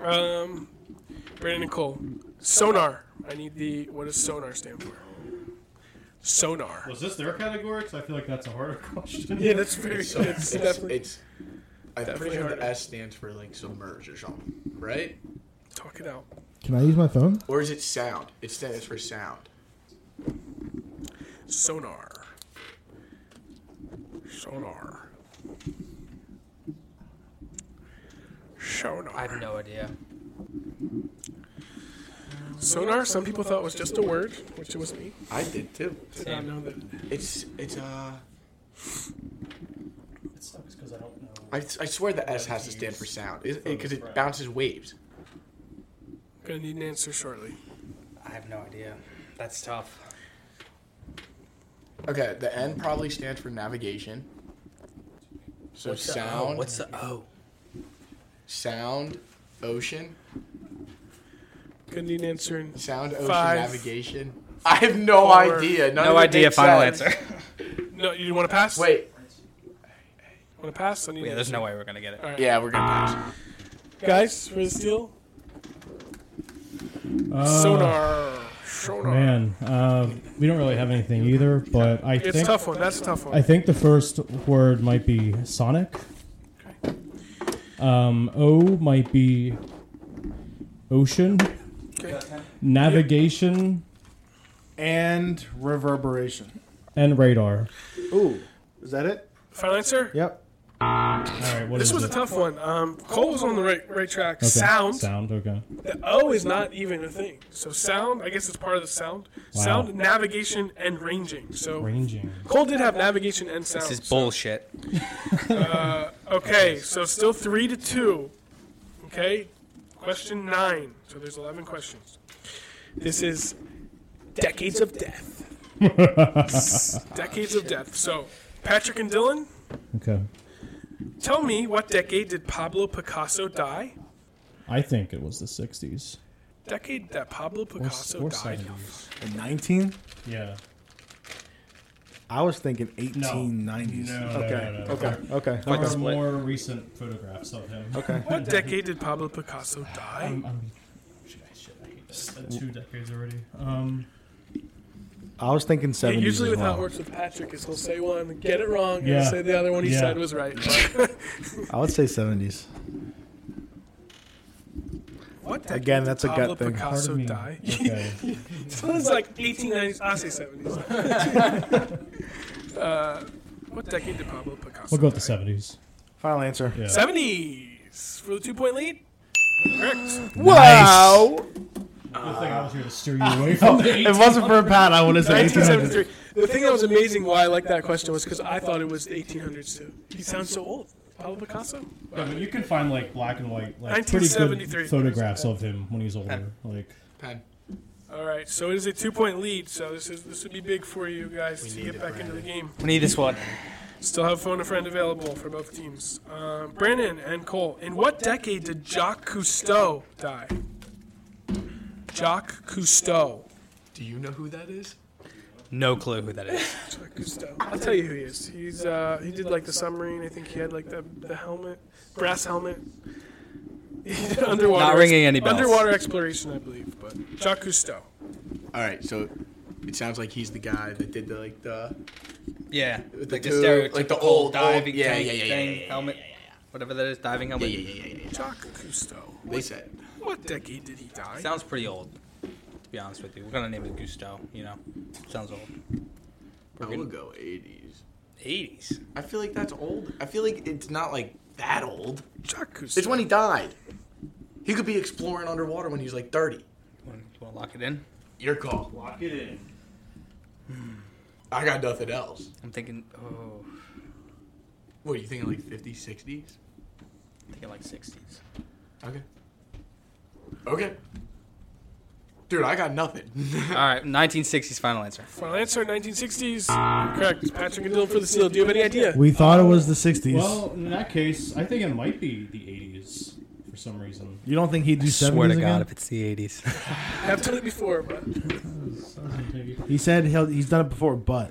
S1: Um, Brandon and Cole. Sonar. I need the. What does sonar stand for? Sonar.
S3: was this their category? Because I feel like that's a harder question.
S1: Yeah, that's very. It's,
S5: It's,
S1: definitely
S5: it's I'm
S1: Definitely
S5: pretty sure
S1: harder.
S5: the S stands for like submerge or something, right?
S1: talk it out.
S2: can I use my phone?
S5: Or is it sound? It stands for sound.
S1: Sonar. Sonar.
S4: I
S1: Sonar.
S4: have no idea.
S1: Sonar, some people thought was just a word, which it was me.
S5: I did too.
S1: Did not know that.
S5: It's it's uh.
S9: It sucks because I don't know.
S5: I, I swear the S has to stand for sound because it, bounces waves.
S1: Gonna need an answer shortly.
S4: I have no idea. That's tough.
S5: Okay, the N probably stands for navigation. So sound,
S4: What's the oh. O?
S5: sound, ocean,
S1: Gonna need an answer in
S5: sound, ocean,
S1: Five.
S5: navigation. I have no
S1: Four.
S5: idea. None
S4: No
S5: of it
S4: idea.
S5: makes
S4: Final
S5: sense.
S4: answer.
S1: No, you want to pass?
S5: Wait.
S1: Want to pass? I need
S4: yeah,
S1: an
S4: there's
S1: answer.
S4: no way we're gonna get it.
S5: Yeah, we're gonna pass.
S1: Guys, for this deal?
S3: Uh,
S1: Sonar. Sonar.
S3: Man, uh, we don't really have anything either, but I
S1: It's a
S3: think
S1: tough one. That's a tough one.
S3: I think the first word might be Sonic. Um, o might be ocean,
S1: Okay.
S3: navigation,
S2: and reverberation.
S3: and radar.
S2: Ooh, is that it?
S1: Final answer?
S2: Yep.
S3: All right, what
S1: This
S3: is
S1: was a
S3: it?
S1: tough one. Um, Cole was on the right right track.
S3: Okay,
S1: Sound.
S3: Sound. Okay.
S1: The O is not even a thing. So sound, I guess it's part of the sound. Sound, navigation, and ranging. So
S3: Ranging.
S1: Cole did have navigation and sound.
S4: This is bullshit.
S1: Okay, so still three to two. Okay, question nine. So there's 11 questions. This is Decades of Death. decades of Death. So, Patrick and Dylan,
S3: Okay.
S1: tell me what decade did Pablo Picasso die?
S3: I think it was the '60s
S1: Decade that Pablo
S3: or,
S1: Picasso
S3: or
S1: died?
S3: '70s.
S2: In 19?
S3: Yeah.
S2: I was thinking 1890s. okay. Okay. Okay.
S3: There are
S2: Okay.
S3: more recent photographs of him. Okay.
S1: What decade did Pablo Picasso die?
S3: I'm, I'm, shit, I- shit, I hate this. It's been two decades already. Um,
S2: I was thinking 70s.
S1: Yeah, usually
S2: as
S1: with how
S2: well.
S1: it works with Patrick is he'll say one, get it wrong, and
S3: Yeah.
S1: he'll say the other one he
S3: Yeah.
S1: said was right.
S2: I would say 70s.
S1: what decade
S2: Again, that's a
S1: did Pablo
S2: gut thing.
S3: part of
S1: Picasso
S3: me.
S1: die?
S3: Okay.
S1: Sounds like 1890s. I say 70s. uh, what decade did Pablo Picasso?
S3: We'll go with
S1: die?
S3: the '70s.
S2: Final answer.
S3: Yeah.
S1: 70s for the two point lead. Correct.
S2: Wow.
S3: Good thing I was here to steer you away from
S1: Oh,
S3: the
S2: If it wasn't for a pat, I would have said 1800s.
S1: 1973. The thing that was amazing why I liked that question was because I thought it was the 1800s too. He sounds so old. Pablo Picasso.
S3: Yeah, but you can find like black and white, like pretty
S1: 1973.
S3: good photographs of him when he's older. Like,
S5: Pen.
S1: All right, so it is a two point lead. So this is this would be big for you guys to get back into the game.
S4: We need this one.
S1: Still have phone a friend available for both teams. Uh, Brennan and Cole. In what decade did Jacques Cousteau die? Jacques Cousteau.
S5: Do you know who that is?
S4: No clue who that is.
S1: Jacques Cousteau. I'll tell you who he is. He's uh, he did like the submarine. I think he had like the, the helmet, brass helmet. He did underwater.
S4: Not ringing any bells.
S1: Underwater exploration, I believe. But Jacques Cousteau.
S5: All right, so it sounds like he's the guy that did the like the
S4: Yeah,
S5: With
S4: like
S5: the
S4: the
S5: two-
S4: stereotypical
S5: like the old-
S4: diving
S5: old- yeah,
S4: tank
S5: yeah, yeah, yeah,
S4: thing,
S5: yeah, yeah,
S4: helmet, whatever that is, diving
S5: yeah
S4: helmet.
S5: yeah yeah yeah. yeah.
S1: Jacques Cousteau.
S5: They said
S1: What decade did he die?
S4: Sounds pretty old. To be honest with you, we're gonna name it Gusto. You know, sounds old.
S5: I
S4: We're
S5: would
S4: good.
S5: go 80s.
S4: 80s.
S5: I feel like that's old. I feel like it's not like that old.
S1: Jacques Cousteau.
S5: It's when he died. He could be exploring underwater when he was like 30.
S4: You want to lock it in?
S5: Your call. Lock it in. I got nothing else.
S4: I'm thinking. Oh,
S5: What are you thinking, like 50s, 60s?
S4: I'm thinking like 60s.
S5: Okay. Okay. Dude, I got nothing.
S4: All right, 1960s final answer.
S1: Final answer 1960s. Correct. Patrick and Dylan for the seal. Do you have any idea?
S2: We thought it was the 60s.
S3: well, in that case, I think it might be the '80s for some reason.
S2: you don't think he'd do 70s
S4: Swear to God,
S2: again?
S4: if it's the 80s.
S1: I've done it before, but
S2: He said he'll, he's done it before, but.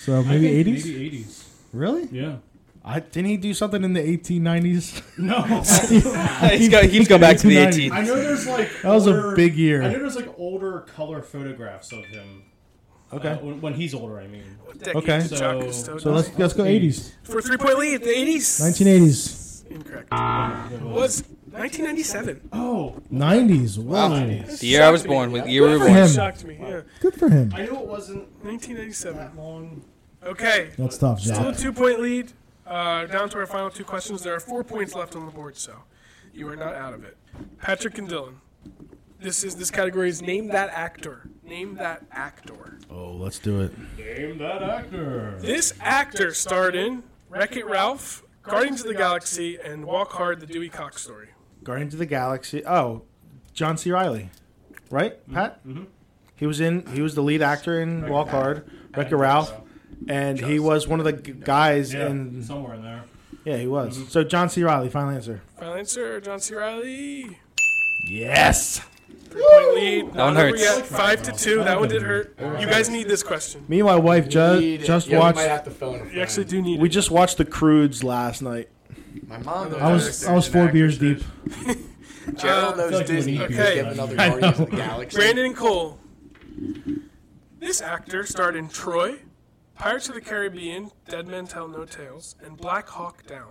S2: So maybe 80s?
S3: Maybe '80s.
S2: Really?
S3: Yeah.
S2: I, didn't he do something in the 1890s?
S3: No.
S4: he's go, he's go back to the
S2: 1990s.
S4: 18s.
S3: I know there's like
S2: That was a
S3: older-
S2: big year.
S3: I know there's like older color photographs of him.
S2: Okay.
S3: uh, when, when he's older, I mean.
S1: decade
S2: Okay.
S1: did Jacques
S3: So-
S1: Cousteau die?
S2: So let's let's go 80s.
S1: for a three point lead, the 80s.
S2: 1980s.
S1: Incorrect. Was 1997.
S3: Oh,
S11: Nineties. Wow.
S4: The year I was born, with the year we were
S11: for
S4: born.
S11: him.
S1: Shocked me. Yeah.
S11: Good for him.
S1: I knew it wasn't 1997. Okay.
S11: That's tough,
S1: Still a
S11: Zach.
S1: two point lead. Uh, down to our final two questions. There are four points left on the board, so you are not out of it. Patrick and Dylan. This is this category is name that actor. Name that actor.
S2: Oh, let's do it.
S1: This actor starred in Wreck It Ralph, Guardians of the Galaxy, and Walk Hard: The Dewey Cox Story.
S2: Guardians of the Galaxy. Oh, John C. Riley, right? Pat. Mm-hmm. He was in. He was the lead actor in Walk Hard, Wreck It Ralph, and he was one of the g- guys in.
S3: somewhere in there.
S2: Yeah, he was.
S9: Mm-hmm.
S2: So John C. Riley, final answer.
S1: Final answer: John C. Riley.
S2: Yes.
S1: Point lead. Not
S4: one
S1: over
S4: hurts.
S1: yet. Five to two. That one did hurt. You guys need this question.
S2: Me and my wife ju-
S9: Need it.
S2: just
S9: yeah,
S2: watched.
S9: We might have to phone a friend.
S1: You actually do need.
S2: we
S1: it.
S2: just watched The Crudes last night.
S9: My mom knows.
S11: I was I was four beers deep.
S9: Gerald knows
S3: like we
S9: Disney.
S3: need
S9: Could
S1: beer.
S9: give another Guardians of the Galaxy.
S1: Brandon and Cole. This actor starred in Troy, Pirates of the Caribbean, Dead Men Tell No Tales, and Black Hawk Down.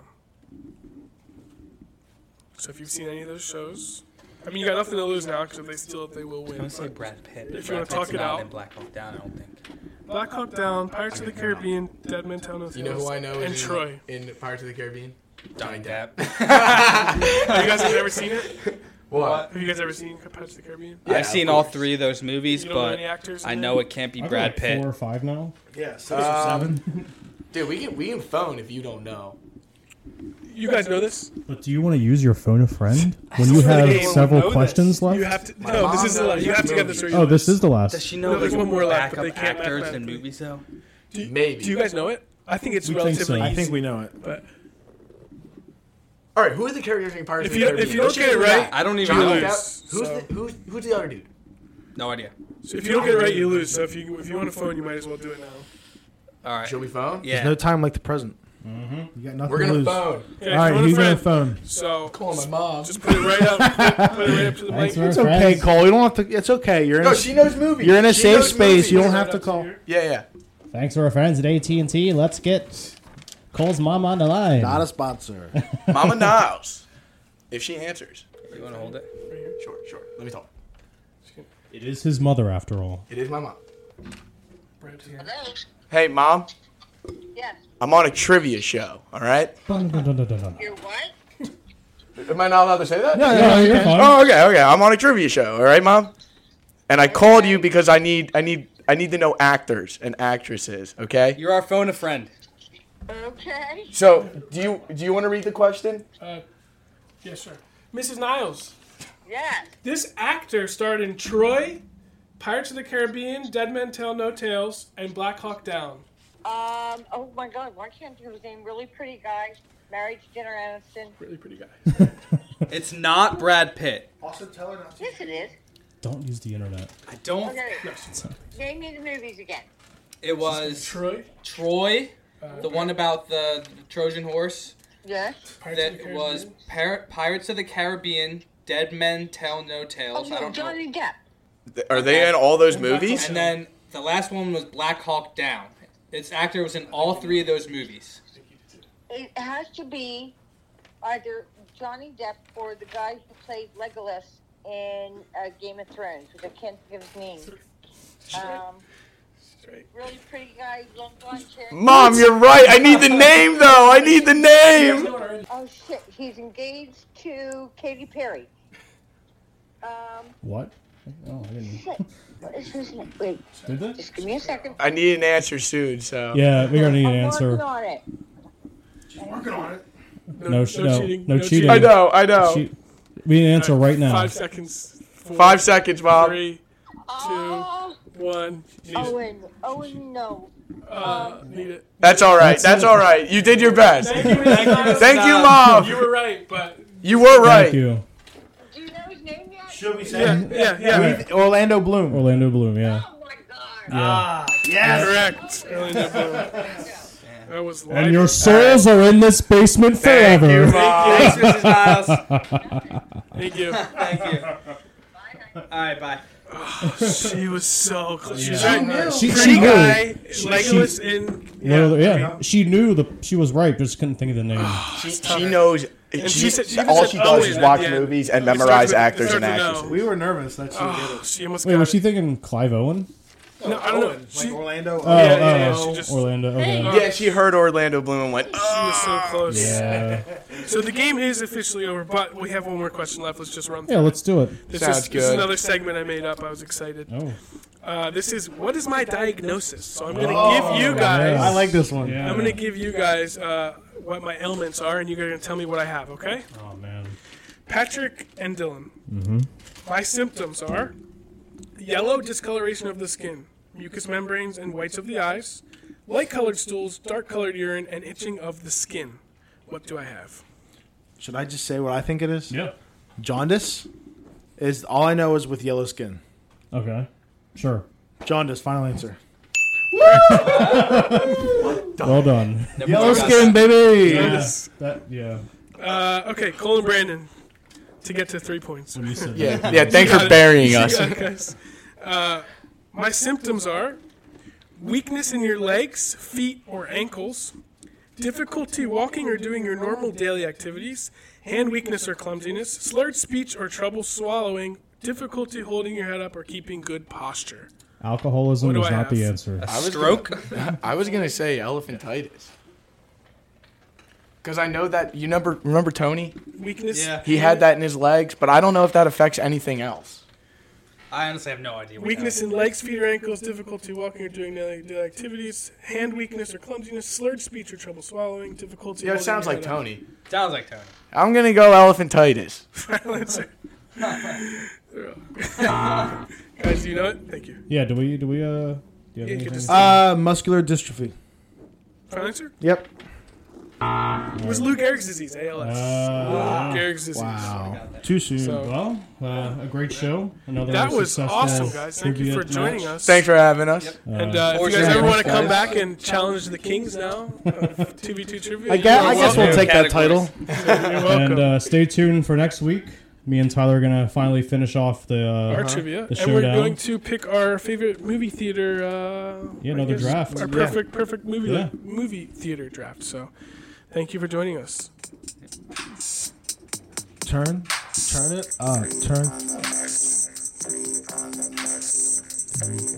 S1: So if you've seen any of those shows, I mean, you got nothing to lose now because if they steal it, they will
S4: I'm gonna
S1: win.
S4: say Brad Pitt.
S1: If you
S4: Brad
S1: wanna
S4: Pitt's
S1: talk it
S4: not
S1: out.
S4: in Black Hawk Down, I don't think.
S1: Black Hawk Down, Pirates of the Caribbean, Dead Men Tell No Tales,
S9: You know who I know
S1: and
S9: is in-
S1: Troy.
S9: in Pirates of the Caribbean?
S4: Johnny Depp.
S1: you guys have never seen it?
S9: What?
S1: Have you guys ever seen Pirates of the Caribbean?
S4: I've seen all three of those movies,
S1: You don't know
S4: but
S1: any actors in
S4: I
S1: there?
S4: know it can't be Brad Pitt.
S3: Four or five now.
S9: Uh, Dude, we can we can phone if you don't know.
S1: You guys know this?
S3: But do you want to use your phone a friend when you have several questions left?
S1: You have to. No, this is the last. You have to get this right.
S3: oh, this is the last.
S4: Does she know
S1: No, there's
S4: like,
S1: one more left, but
S4: backup
S1: they can't
S4: actors in
S1: mathematically.
S4: movies though?
S9: Maybe.
S1: Do you guys know it? I think it's
S3: We think
S1: relatively easy.
S3: so. I
S2: I think we know it.
S1: but
S9: All right, who are the characters in Pirates
S1: If
S9: of the
S1: you- if
S9: Caribbean?
S1: you don't
S9: Let's
S1: get it
S9: figure
S1: right,
S9: out.
S4: I don't even
S9: Johnny
S1: You
S4: know.
S1: lose,
S9: Depp. Who's
S1: so-
S9: the who's who's the other dude?
S4: No idea.
S1: so if you don't get it right, you lose. So if you if you want to phone, you might as well do it now.
S4: All right.
S9: Should we phone?
S4: Yeah.
S2: No time like the present.
S11: Mm-hmm. You got nothing
S9: We're
S11: to
S9: gonna
S11: lose.
S9: phone.
S1: Okay,
S11: All right,
S1: phone a
S11: who's gonna
S1: friend.
S11: phone?
S1: So
S9: Call my mom.
S1: just put it right up. put it right up to the mic.
S3: Thanks, man.
S2: It's okay,
S3: friends.
S2: Cole. You don't have to. It's okay. You're in.
S9: no, she knows movies.
S2: you're in a
S9: She
S2: safe
S9: knows
S2: space. You
S9: movies.
S2: don't have to call.
S9: Yeah, yeah.
S3: Thanks to our friends at AT and T. Let's get Cole's mom on the line.
S2: Not a sponsor.
S5: Mama Niles. If she answers.
S4: You want to hold it?
S9: Sure, sure. Let me talk.
S3: it is his mother after all.
S9: It is my mom.
S5: Hey, mom.
S12: Yes.
S5: I'm on a trivia show. All right.
S3: Dun, dun, dun, dun, dun, dun.
S12: You're what?
S9: Am I not allowed to say that?
S3: Yeah, you're fine.
S5: Oh, okay, okay. I'm on a trivia show. All right, mom. And I called you because I need, I need, I need to know actors and actresses. Okay.
S4: You're our phone a friend.
S12: Okay.
S5: So, do you do you want to read the question?
S1: Uh, Yeah, sure. Mrs. Niles,
S12: Yes.
S1: this actor starred in Troy, Pirates of the Caribbean, Dead Men Tell No Tales, and Black Hawk Down.
S12: Um. Oh my God. Why can't you think of his name? Really pretty guy, married to Jenner Aniston.
S1: Really pretty guy.
S4: It's not Brad Pitt.
S12: Yes, it is.
S3: Don't use the internet.
S4: I don't.
S12: Okay. Name me the movies again.
S4: It was
S1: Troy.
S4: Troy,
S1: Uh,
S4: the one about the, the Trojan horse.
S12: Yes.
S1: Pirates of the
S4: That
S1: Caribbean.
S4: was Par- Pirates of the Caribbean. Dead men tell no
S12: Oh
S4: tales. I
S12: no,
S4: don't know.
S12: Johnny Depp.
S5: Are they in all those movies?
S4: And then the last one was Black Hawk Down. Its actor was in all three of those movies.
S12: It has to be either Johnny Depp or the guy who played Legolas in uh, Game of Thrones, which I can't think of his name. Um.
S1: Straight.
S12: Really pretty guy, long blonde hair.
S5: Mom, you're right. I need the name though. I need the name.
S12: Oh shit, he's engaged to Katy Perry. Um,
S3: What? Oh, I didn't.
S12: shit. What is his name? Wait,
S3: Did they?
S12: just give me a second.
S5: I need an answer soon. So.
S3: Yeah, we don't need an
S12: I'm
S3: answer.
S12: working on it.
S3: No, sh- no,
S1: cheating,
S3: no
S1: no
S3: cheating.
S1: cheating.
S5: I know. I know.
S3: She- we need an answer right now.
S1: Five seconds. Four,
S5: Five seconds, mom.
S1: three,
S12: Oh,
S1: one. Need it.
S12: Owen, Owen, no.
S1: Uh, need it.
S5: That's all right.
S3: That's
S5: That's
S3: it.
S5: all right. You did your best.
S1: Thank you, Mrs. Niles.
S5: Thank you,
S1: You
S5: mom.
S1: were right, but
S5: You were
S3: Thank
S5: right.
S3: you,
S12: Do you know his name yet?
S2: we say
S1: yeah, yeah.
S2: Orlando Bloom?
S3: Orlando Bloom. Yeah.
S12: Oh my god.
S1: Correct. Really no problem. That was life.
S3: And your souls are in this basement forever.
S4: Thanks, Mrs. Miles.
S1: Thank you.
S4: Thank you. All right, bye.
S1: she was so close. She's
S3: Yeah.
S1: like,
S3: She-
S1: pretty
S3: she knew.
S1: guy,
S3: She-
S1: Legolas
S3: she-
S1: in.
S3: Yeah, yeah. she knew the she was right, but just couldn't think of the name.
S5: She, she knows.
S1: And
S5: she,
S1: she said- she even
S5: all
S1: said
S5: she
S1: Owen
S5: does is
S1: at
S5: watch
S1: the end.
S5: movies and
S1: It starts
S5: memorize
S1: with- it
S5: actresses and
S1: starts with
S5: actresses.
S1: O.
S6: We were nervous. That's
S1: Oh, she almost
S3: Wait,
S1: got
S3: was she
S1: it.
S3: thinking Clive Owen?
S1: No, I don't know. She,
S6: like Orlando.
S3: Oh,
S1: yeah, yeah,
S3: oh,
S1: she just-
S3: Orlando. Okay.
S1: Hey.
S5: Yeah, she heard Orlando Bloom and went. "Oh."
S1: she was so close.
S3: Yeah,
S1: So the game is officially over, but we have one more question left. Let's just run through.
S3: yeah. Let's do it.
S1: This
S5: Sounds
S1: is, This is
S5: good.
S1: another segment I made up. I was excited.
S3: Oh,
S1: Uh, this is what is my diagnosis? So I'm gonna give you guys.
S3: yeah.
S6: I like this one.
S3: yeah.
S1: I'm gonna give you guys uh, what my ailments are, and you're gonna tell me what I have. Okay?
S3: Oh man.
S1: Patrick and Dylan. My symptoms are yellow discoloration of the skin, mucous membranes and whites of the eyes, light-colored stools, dark-colored urine, and itching of the skin. What do I have?
S6: Should I just say what I think it is?
S3: Yeah.
S6: Jaundice is all I know is with yellow skin.
S3: Okay. Sure.
S6: Jaundice. Final answer.
S3: Well done.
S6: Yellow skin, baby.
S3: Yeah. That, yeah.
S1: Uh, okay, Cole and Brandon to get to three points.
S3: When you said that.
S5: Yeah, yeah. Thanks for burying us.
S1: Yeah, guys. Uh, my symptoms are weakness in your legs, feet, or ankles, difficulty walking or doing your normal daily activities, hand weakness or clumsiness, slurred speech or trouble swallowing, difficulty holding your head up or keeping good posture. What
S3: Alcoholism
S1: do
S3: is
S1: I
S3: not the
S1: have?
S3: answer.
S4: A stroke?
S5: I was gonna say elephantitis. Because I know that you remember remember Tony.
S1: Weakness.
S4: yeah.
S5: He had that in his legs, but I don't know if that affects anything else.
S4: I honestly have no idea. what
S1: Weakness
S4: that
S1: in legs, feet, or ankles, difficulty walking or doing daily daily activities, hand weakness or clumsiness, slurred speech or trouble swallowing, difficulty.
S5: Yeah, it
S1: holding
S5: sounds
S1: your
S5: like
S1: head up.
S5: Tony.
S4: is. Sounds like Tony.
S5: I'm gonna go elephantitis.
S1: Final answer. They're all- Guys, do you know it? Thank you.
S3: Yeah. Do we? Do we? Uh. Do you
S1: Yeah,
S3: have
S1: you
S3: anything?
S1: could just-
S6: Uh, muscular dystrophy.
S1: Final answer?
S6: Yep.
S1: It was Lou Gehrig's disease, ALS.
S3: Uh,
S1: Lou Gehrig's disease.
S6: Wow.
S3: Too soon.
S1: So-
S3: well, uh, a great show. Another
S1: That was
S3: successful
S1: awesome, guys. Thank you for
S3: trivia
S1: joining
S3: match.
S1: us.
S5: Thanks for having us.
S1: And uh, if you guys
S4: Fortunately,
S1: ever want to
S6: thanks,
S1: come
S6: guys.
S1: back and challenge the Kings now, uh, 2v2 trivia,
S6: I guess,
S1: you're
S6: I guess
S1: welcome.
S6: we'll take that title.
S1: You're welcome.
S3: And uh, stay tuned for next week. Me and Tyler are gonna finally finish off the uh,
S1: our trivia,
S3: the
S1: and we're
S3: showdown.
S1: going to pick our favorite movie theater. Uh,
S3: Yeah,
S1: I
S3: another
S1: guess,
S3: draft.
S1: Our
S3: Yeah.
S1: perfect, perfect movie
S3: Yeah.
S1: movie theater draft. So, thank you for joining us.
S6: Turn, turn it. Uh, turn.